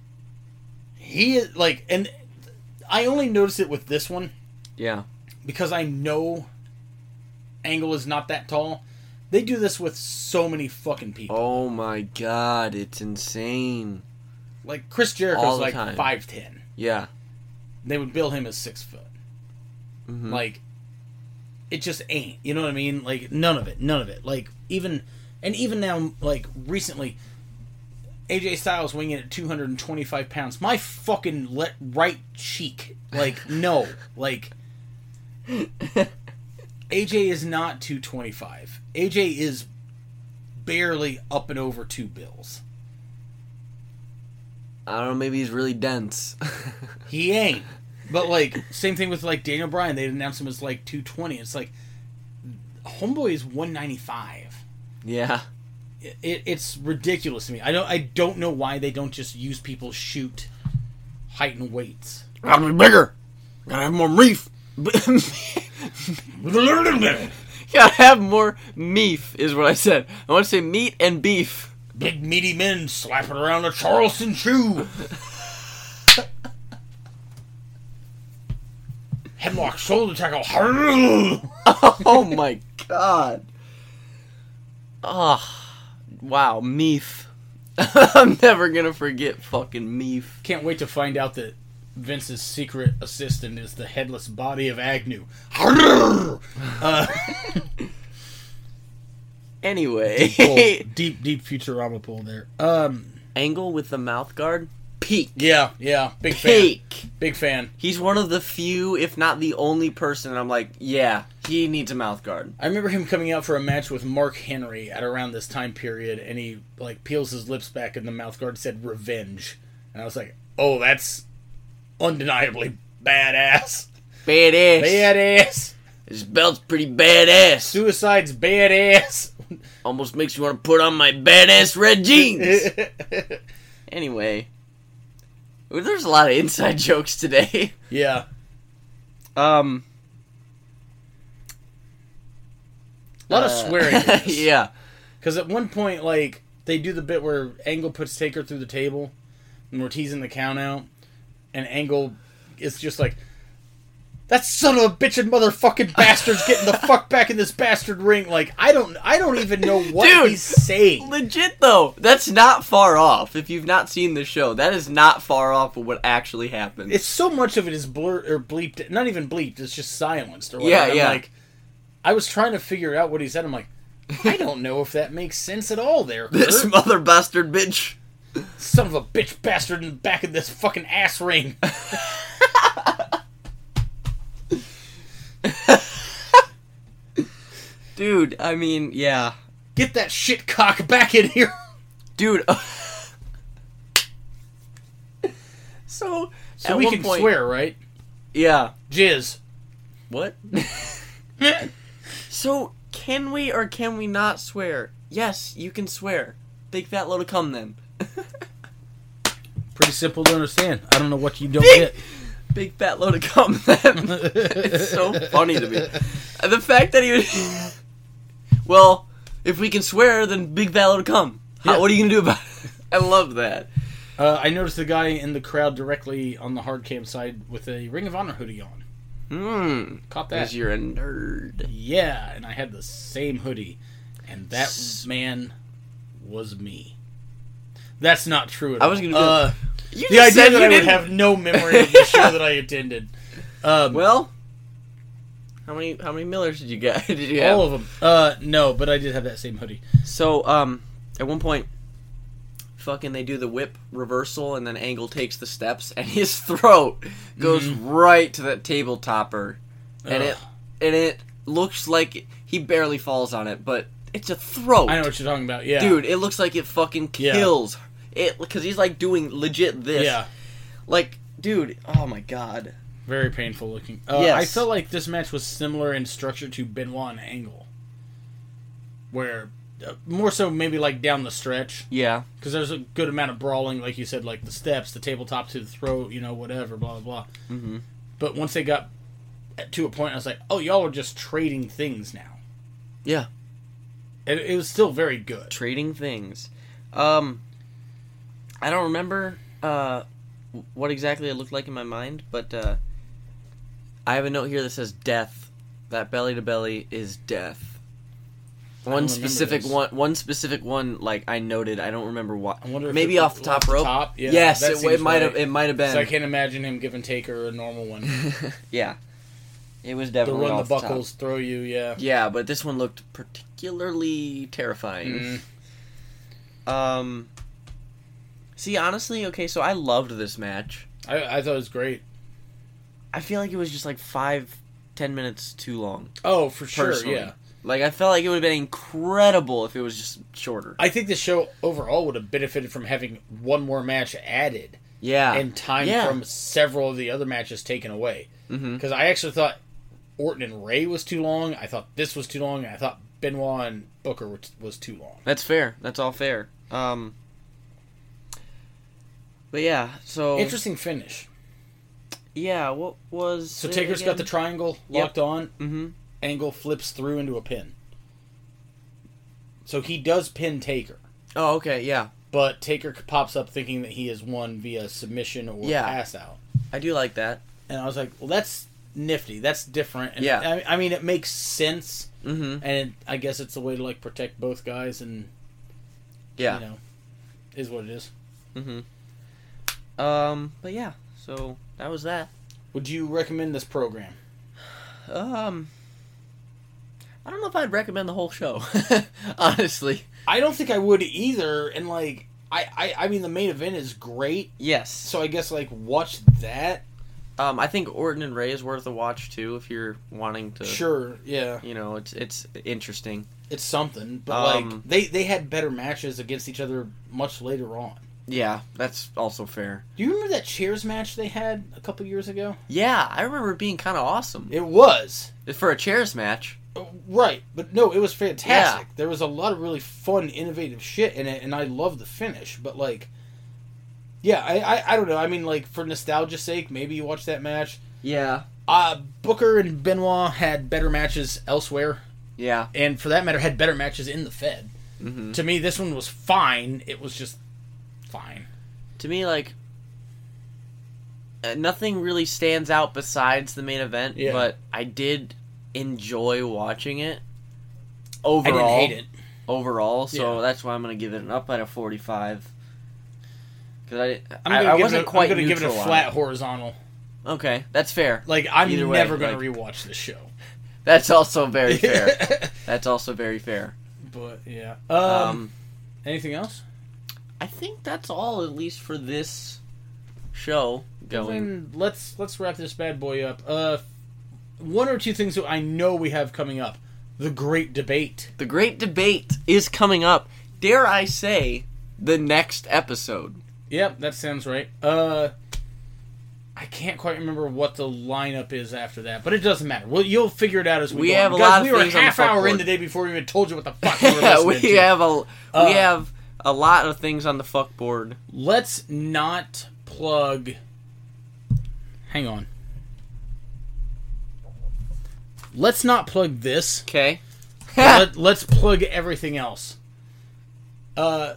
Speaker 1: He is like, and I only noticed it with this one
Speaker 2: Yeah.
Speaker 1: because I know Angle is not that tall. They do this with so many fucking people.
Speaker 2: Oh my god, it's insane.
Speaker 1: Like Chris Jericho's
Speaker 2: Oh. All the
Speaker 1: like
Speaker 2: time.
Speaker 1: five ten.
Speaker 2: Yeah.
Speaker 1: they would bill him as six foot.
Speaker 2: Mhm.
Speaker 1: Like, it just ain't. You know what I mean? Like, none of it. None of it. Like, even, and even now, like, recently, AJ Styles winging at 225 pounds. My fucking le- right cheek. Like, no. Like, AJ is not 225. AJ is barely up and over two bills.
Speaker 2: I don't know, maybe he's really dense. *laughs*
Speaker 1: He ain't. But like same thing with like Daniel Bryan, they announced him as like 220. It's like Homeboy is 195.
Speaker 2: yeah.
Speaker 1: It, it, it's ridiculous to me. I don't I don't know why they don't just use people's shoot height and weights.
Speaker 2: *laughs* Gotta be bigger. Gotta have more reef. Gotta have more meef, is what I said. I want to say meat and beef. *laughs*
Speaker 1: Big meaty men slapping around a Charleston shoe. Hemlock shoulder *laughs* tackle.
Speaker 2: Oh my god. Ah, wow, meef. *laughs* I'm never gonna forget fucking meef.
Speaker 1: Can't wait to find out that Vince's secret assistant is the headless body of Agnew.
Speaker 2: Anyway, *laughs*
Speaker 3: deep, deep Futurama pull there. Um,
Speaker 2: angle with the mouth guard, peak,
Speaker 1: Yeah, yeah. Big fan.
Speaker 2: peak.
Speaker 1: Big fan.
Speaker 2: He's one of the few, if not the only person. I'm like, yeah, he needs a mouth guard.
Speaker 1: I remember him coming out for a match with Mark Henry at around this time period, and he like peels his lips back, and the mouth guard said "revenge," and I was like, "Oh, that's undeniably badass,
Speaker 2: Badass.
Speaker 1: badass.
Speaker 2: His belt's pretty badass.
Speaker 1: Suicide's badass."
Speaker 2: Almost makes you want to put on my badass red jeans. anyway, well, there's a lot of inside *laughs* jokes today.
Speaker 1: *laughs* yeah,
Speaker 2: Um,
Speaker 1: a lot of swearing. in this.
Speaker 2: *laughs* yeah.
Speaker 1: Because at one point, like, they do the bit where Angle puts Taker through the table, and we're teasing the count out, and Angle is just like, that son of a bitch and
Speaker 2: *laughs*
Speaker 1: motherfucking bastard's getting the fuck back in this bastard ring. Like, I don't, I don't even know what
Speaker 2: Dude.
Speaker 1: he's saying.
Speaker 2: Legit though, that's not far off. If you've not seen the show, that is not far off of what actually happened.
Speaker 1: It's so much of it is blur or bleeped, not even bleeped. It's just silenced or whatever.
Speaker 2: Yeah,
Speaker 1: I'm
Speaker 2: yeah.
Speaker 1: Like, I was trying to figure out what he said. I'm
Speaker 2: *laughs*
Speaker 1: like, I don't know if that makes sense at all. There,
Speaker 2: *laughs* this
Speaker 1: Kurt.
Speaker 2: mother bastard bitch.
Speaker 1: son of a bitch bastard in the back of this fucking ass ring.
Speaker 2: Dude, I mean, yeah.
Speaker 1: Get that shit cock back in here. *laughs*
Speaker 2: Dude. *laughs* so,
Speaker 1: So
Speaker 2: at
Speaker 1: we
Speaker 2: one
Speaker 1: can
Speaker 2: point-
Speaker 1: swear, right?
Speaker 2: Yeah.
Speaker 1: Jizz. *laughs*
Speaker 2: What? so, can we or can we not swear? Yes, you can swear. Big fat load of cum then.
Speaker 3: pretty simple to understand. I don't know what you don't
Speaker 2: Big-
Speaker 3: get.
Speaker 2: Big fat load of cum *laughs* then. it's so funny to me. And The fact that he was. *laughs* well, if we can swear, then big fat load of cum. How-
Speaker 3: Yeah.
Speaker 2: what are you going to do about it? *laughs* I love that.
Speaker 1: Uh, I noticed the guy in the crowd directly on the hard cam side with a Ring of Honor hoodie on.
Speaker 2: Hmm.
Speaker 1: Caught that?
Speaker 2: Because you're a nerd.
Speaker 1: Yeah, and I had the same hoodie, and that man was me. That's not true. At
Speaker 2: I
Speaker 1: all.
Speaker 2: was gonna do
Speaker 1: *laughs* Uh,
Speaker 2: You
Speaker 1: the idea
Speaker 2: just said
Speaker 1: that
Speaker 2: you
Speaker 1: I would
Speaker 2: didn't-
Speaker 1: have no memory *laughs* of the show that I attended. Um,
Speaker 2: Well, how many how many Millers did you get? *laughs* did you have?
Speaker 1: all of them. Uh, no, but I did have that same hoodie.
Speaker 2: So, um, at one point, fucking they do the whip reversal, and then Angle takes the steps, and *laughs* his throat goes right to that table topper, and
Speaker 1: Mm-hmm. Ugh.
Speaker 2: it and it looks like he barely falls on it, but it's a throat,
Speaker 1: I know what you're talking about. Yeah,
Speaker 2: dude. It looks like it fucking
Speaker 1: Yeah.
Speaker 2: kills it because he's like doing legit this,
Speaker 1: Yeah,
Speaker 2: like. Dude, oh my god.
Speaker 1: Very painful looking. Uh,
Speaker 2: Yes.
Speaker 1: I felt like this match was similar in structure to Benoit and Angle, where uh, more so maybe like down the stretch
Speaker 2: Yeah.
Speaker 1: because there's a good amount of brawling, like you said, like the steps, the tabletop to the throat, you know, whatever, blah blah blah. Mm-hmm. But once they got to a point, I was like, oh, y'all are just trading things now.
Speaker 2: Yeah.
Speaker 1: It, it was still very good.
Speaker 2: trading things. Um, I don't remember uh, what exactly it looked like in my mind, but uh, I have a note here that says death. That belly to belly is death. One
Speaker 1: remember
Speaker 2: specific
Speaker 1: this.
Speaker 2: one, one specific one. Like I noted, I don't remember what.
Speaker 1: I wonder if
Speaker 2: Maybe
Speaker 1: it-
Speaker 2: off the top rope.
Speaker 1: top? Yeah,
Speaker 2: yes,
Speaker 1: that
Speaker 2: it,
Speaker 1: seems
Speaker 2: it might have.
Speaker 1: right.
Speaker 2: It might have been.
Speaker 1: So I can't imagine him giving Taker a normal one.
Speaker 2: *laughs* yeah, it was
Speaker 1: The
Speaker 2: definitely
Speaker 1: run the
Speaker 2: off the top.
Speaker 1: buckles, throw you, yeah.
Speaker 2: Yeah, but this one looked particularly
Speaker 1: Mm-hmm.
Speaker 2: terrifying. Um, see, honestly, okay, so I loved this match.
Speaker 1: I, I thought it was great.
Speaker 2: I feel like it was just like five, ten minutes too long.
Speaker 1: Oh, for sure,
Speaker 2: Personally.
Speaker 1: yeah.
Speaker 2: Like I felt like it would have been incredible if it was just shorter.
Speaker 1: I think the show overall would have benefited from having one more match added
Speaker 2: yeah,
Speaker 1: and time
Speaker 2: Yeah. Mm-hmm.
Speaker 1: from several of the other matches taken away. Because I actually thought Orton and Ray was too long. I thought this was too long. And I thought Benoit and Booker was, was too long.
Speaker 2: that's fair. That's all fair. Um, but yeah, so Oh.
Speaker 1: Interesting finish.
Speaker 2: Yeah, what was.
Speaker 1: So Taker's got the triangle
Speaker 2: Yep.
Speaker 1: locked on.
Speaker 2: mm-hmm.
Speaker 1: Angle flips through into a pin. So he does pin Taker,
Speaker 2: Oh, okay, yeah.
Speaker 1: but Taker pops up thinking that he has won via submission or
Speaker 2: Yeah.
Speaker 1: pass out.
Speaker 2: I do like that.
Speaker 1: And I was like, well, that's nifty. That's different. And
Speaker 2: Yeah.
Speaker 1: I, I mean, it makes sense,
Speaker 2: Mm hmm.
Speaker 1: and I guess it's a way to like protect both guys, and
Speaker 2: Yeah.
Speaker 1: you know, is what it is.
Speaker 2: Mm hmm. Um, but yeah, so that was that.
Speaker 1: Would you recommend this program?
Speaker 2: Um, I don't know if I'd recommend the whole show, *laughs* honestly.
Speaker 1: I don't think I would either. And like, I, I, I mean, the main event is great,
Speaker 2: Yes.
Speaker 1: so I guess like watch that.
Speaker 2: um, I think Orton and Ray is worth a watch too if you're wanting to.
Speaker 1: Sure, yeah,
Speaker 2: You know, it's it's interesting.
Speaker 1: it's something. But
Speaker 2: Um,
Speaker 1: like, they they had better matches against each other much later on.
Speaker 2: Yeah, that's also fair.
Speaker 1: Do you remember that chairs match they had a couple years ago?
Speaker 2: Yeah, I remember it being kind of awesome
Speaker 1: It was.
Speaker 2: for a chairs match.
Speaker 1: Right, but no, it was fantastic. There was a lot of really fun, innovative shit in it, and I love the finish. But like, yeah, I, I, I don't know. I mean, like for nostalgia's sake, maybe you watch that match.
Speaker 2: Yeah,
Speaker 1: Uh Booker and Benoit had better matches elsewhere,
Speaker 2: yeah,
Speaker 1: and for that matter, had better matches in the Fed.
Speaker 2: Mhm.
Speaker 1: To me, this one was fine. It was just fine.
Speaker 2: to me like uh, nothing really stands out besides the main event
Speaker 1: Yeah.
Speaker 2: but i did enjoy watching it overall
Speaker 1: I didn't hate it.
Speaker 2: overall so
Speaker 1: Yeah.
Speaker 2: that's why i'm gonna give it an up out of 45 because i,
Speaker 1: I'm
Speaker 2: I,
Speaker 1: gonna
Speaker 2: I
Speaker 1: give
Speaker 2: wasn't
Speaker 1: it. A,
Speaker 2: quite
Speaker 1: I'm gonna give it
Speaker 2: neutral
Speaker 1: a
Speaker 2: on
Speaker 1: flat horizontal.
Speaker 2: okay that's fair
Speaker 1: Like I'm
Speaker 2: Either way,
Speaker 1: never gonna rewatch this show.
Speaker 2: that's also
Speaker 1: *laughs*
Speaker 2: very fair that's also very fair
Speaker 1: but yeah.
Speaker 2: um,
Speaker 1: Um, anything else?
Speaker 2: i think that's all at least for this show going
Speaker 1: Then let's let's wrap this bad boy up. Uh, one or two things that I know we have coming up: the great debate.
Speaker 2: The great debate is coming up. Dare I say, the next episode. *laughs*
Speaker 1: Yep, that sounds right. Uh, I can't quite remember what the lineup is after that, but it doesn't matter. Well, you'll figure it out as we,
Speaker 2: We
Speaker 1: go.
Speaker 2: have
Speaker 1: on.
Speaker 2: a
Speaker 1: Guys,
Speaker 2: lot of
Speaker 1: we were
Speaker 2: things
Speaker 1: a
Speaker 2: on the
Speaker 1: half hour in
Speaker 2: fuckboard.
Speaker 1: the day before we even told you what the fuck
Speaker 2: *laughs*
Speaker 1: we were listening
Speaker 2: we
Speaker 1: to.
Speaker 2: have a
Speaker 1: Uh,
Speaker 2: we have a lot of things on the fuck board.
Speaker 1: Let's not plug. Hang on. Let's not plug this. *laughs*
Speaker 2: Okay. *laughs*
Speaker 1: Let, let's plug everything else. Uh,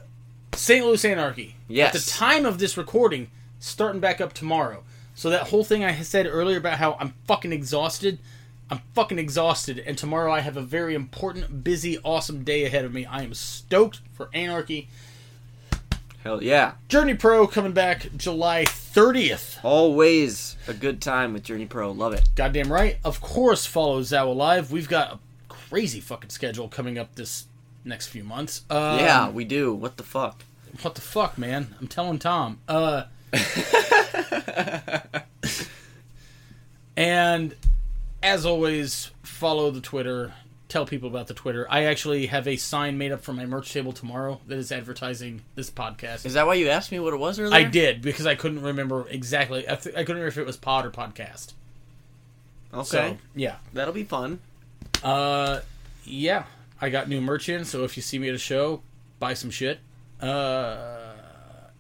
Speaker 1: St. Louis Anarchy.
Speaker 2: Yes.
Speaker 1: At the time of this recording, starting back up tomorrow. So that whole thing I said earlier about how I'm fucking exhausted, I'm fucking exhausted, and tomorrow I have a very important, busy, awesome day ahead of me. I am stoked for Anarchy.
Speaker 2: Hell yeah.
Speaker 1: Journey Pro coming back July 30th.
Speaker 2: Always a good time with Journey Pro. Love it.
Speaker 1: Goddamn right. Of course, follow Zow Live. We've got a crazy fucking schedule coming up this next few months. Um,
Speaker 2: yeah, we do. What the fuck?
Speaker 1: What the fuck, man? I'm telling Tom.
Speaker 2: *laughs*
Speaker 1: Uh And as always, follow the Twitter. Tell people about the Twitter. I actually have a sign made up for my merch table tomorrow that is advertising this podcast.
Speaker 2: Is that why you asked me what it was earlier?
Speaker 1: I did because I couldn't remember exactly. I, th- I couldn't remember if it was pod or podcast.
Speaker 2: Okay.
Speaker 1: So, yeah.
Speaker 2: That'll be fun.
Speaker 1: Uh, yeah. I got new merch in, so if you see me at a show, buy some shit. Uh,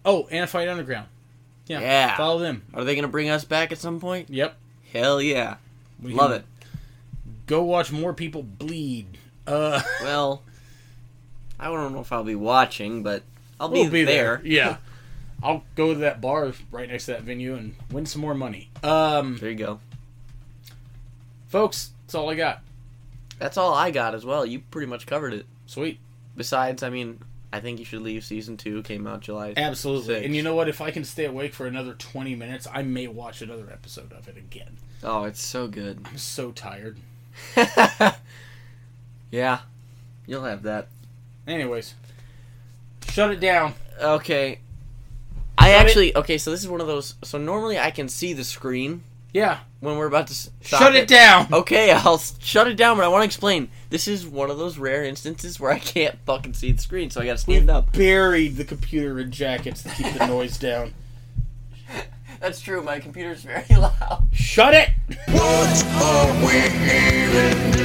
Speaker 1: oh, and Fight Underground. Yeah.
Speaker 2: Yeah.
Speaker 1: Follow them.
Speaker 2: Are they gonna bring us back at some point?
Speaker 1: Yep.
Speaker 2: Hell yeah.
Speaker 1: We
Speaker 2: Love
Speaker 1: can
Speaker 2: it.
Speaker 1: Go watch more people bleed. Uh,
Speaker 2: Well, I don't know if I'll be watching, but I'll
Speaker 1: we'll
Speaker 2: be, there. *laughs*
Speaker 1: Yeah. I'll go to that bar right next to that venue and win some more money. Um,
Speaker 2: There you go.
Speaker 1: folks, that's all I got.
Speaker 2: That's all I got as well. You pretty much covered it.
Speaker 1: Sweet.
Speaker 2: Besides, I mean, I think you should leave. Season two came out July.
Speaker 1: Absolutely.
Speaker 2: Six.
Speaker 1: And you know what? If I can stay awake for another 20 minutes, I may watch another episode of it again.
Speaker 2: Oh, it's so good.
Speaker 1: I'm so tired.
Speaker 2: *laughs* yeah, you'll have that.
Speaker 1: Anyways, shut it down.
Speaker 2: Okay.
Speaker 1: Shut
Speaker 2: I
Speaker 1: it-
Speaker 2: actually okay. So this is one of those. So normally I can see the screen
Speaker 1: Yeah.
Speaker 2: when we're about to s- stop
Speaker 1: shut it, down.
Speaker 2: Okay, I'll s- shut it down. But I want to explain. This is one of those rare instances where I can't fucking see the screen, so I gotta stand up.
Speaker 1: Buried the computer in jackets to keep the *laughs* noise down. *laughs*
Speaker 2: That's true. My computer's very loud.
Speaker 1: Shut it!
Speaker 4: What are we even doing?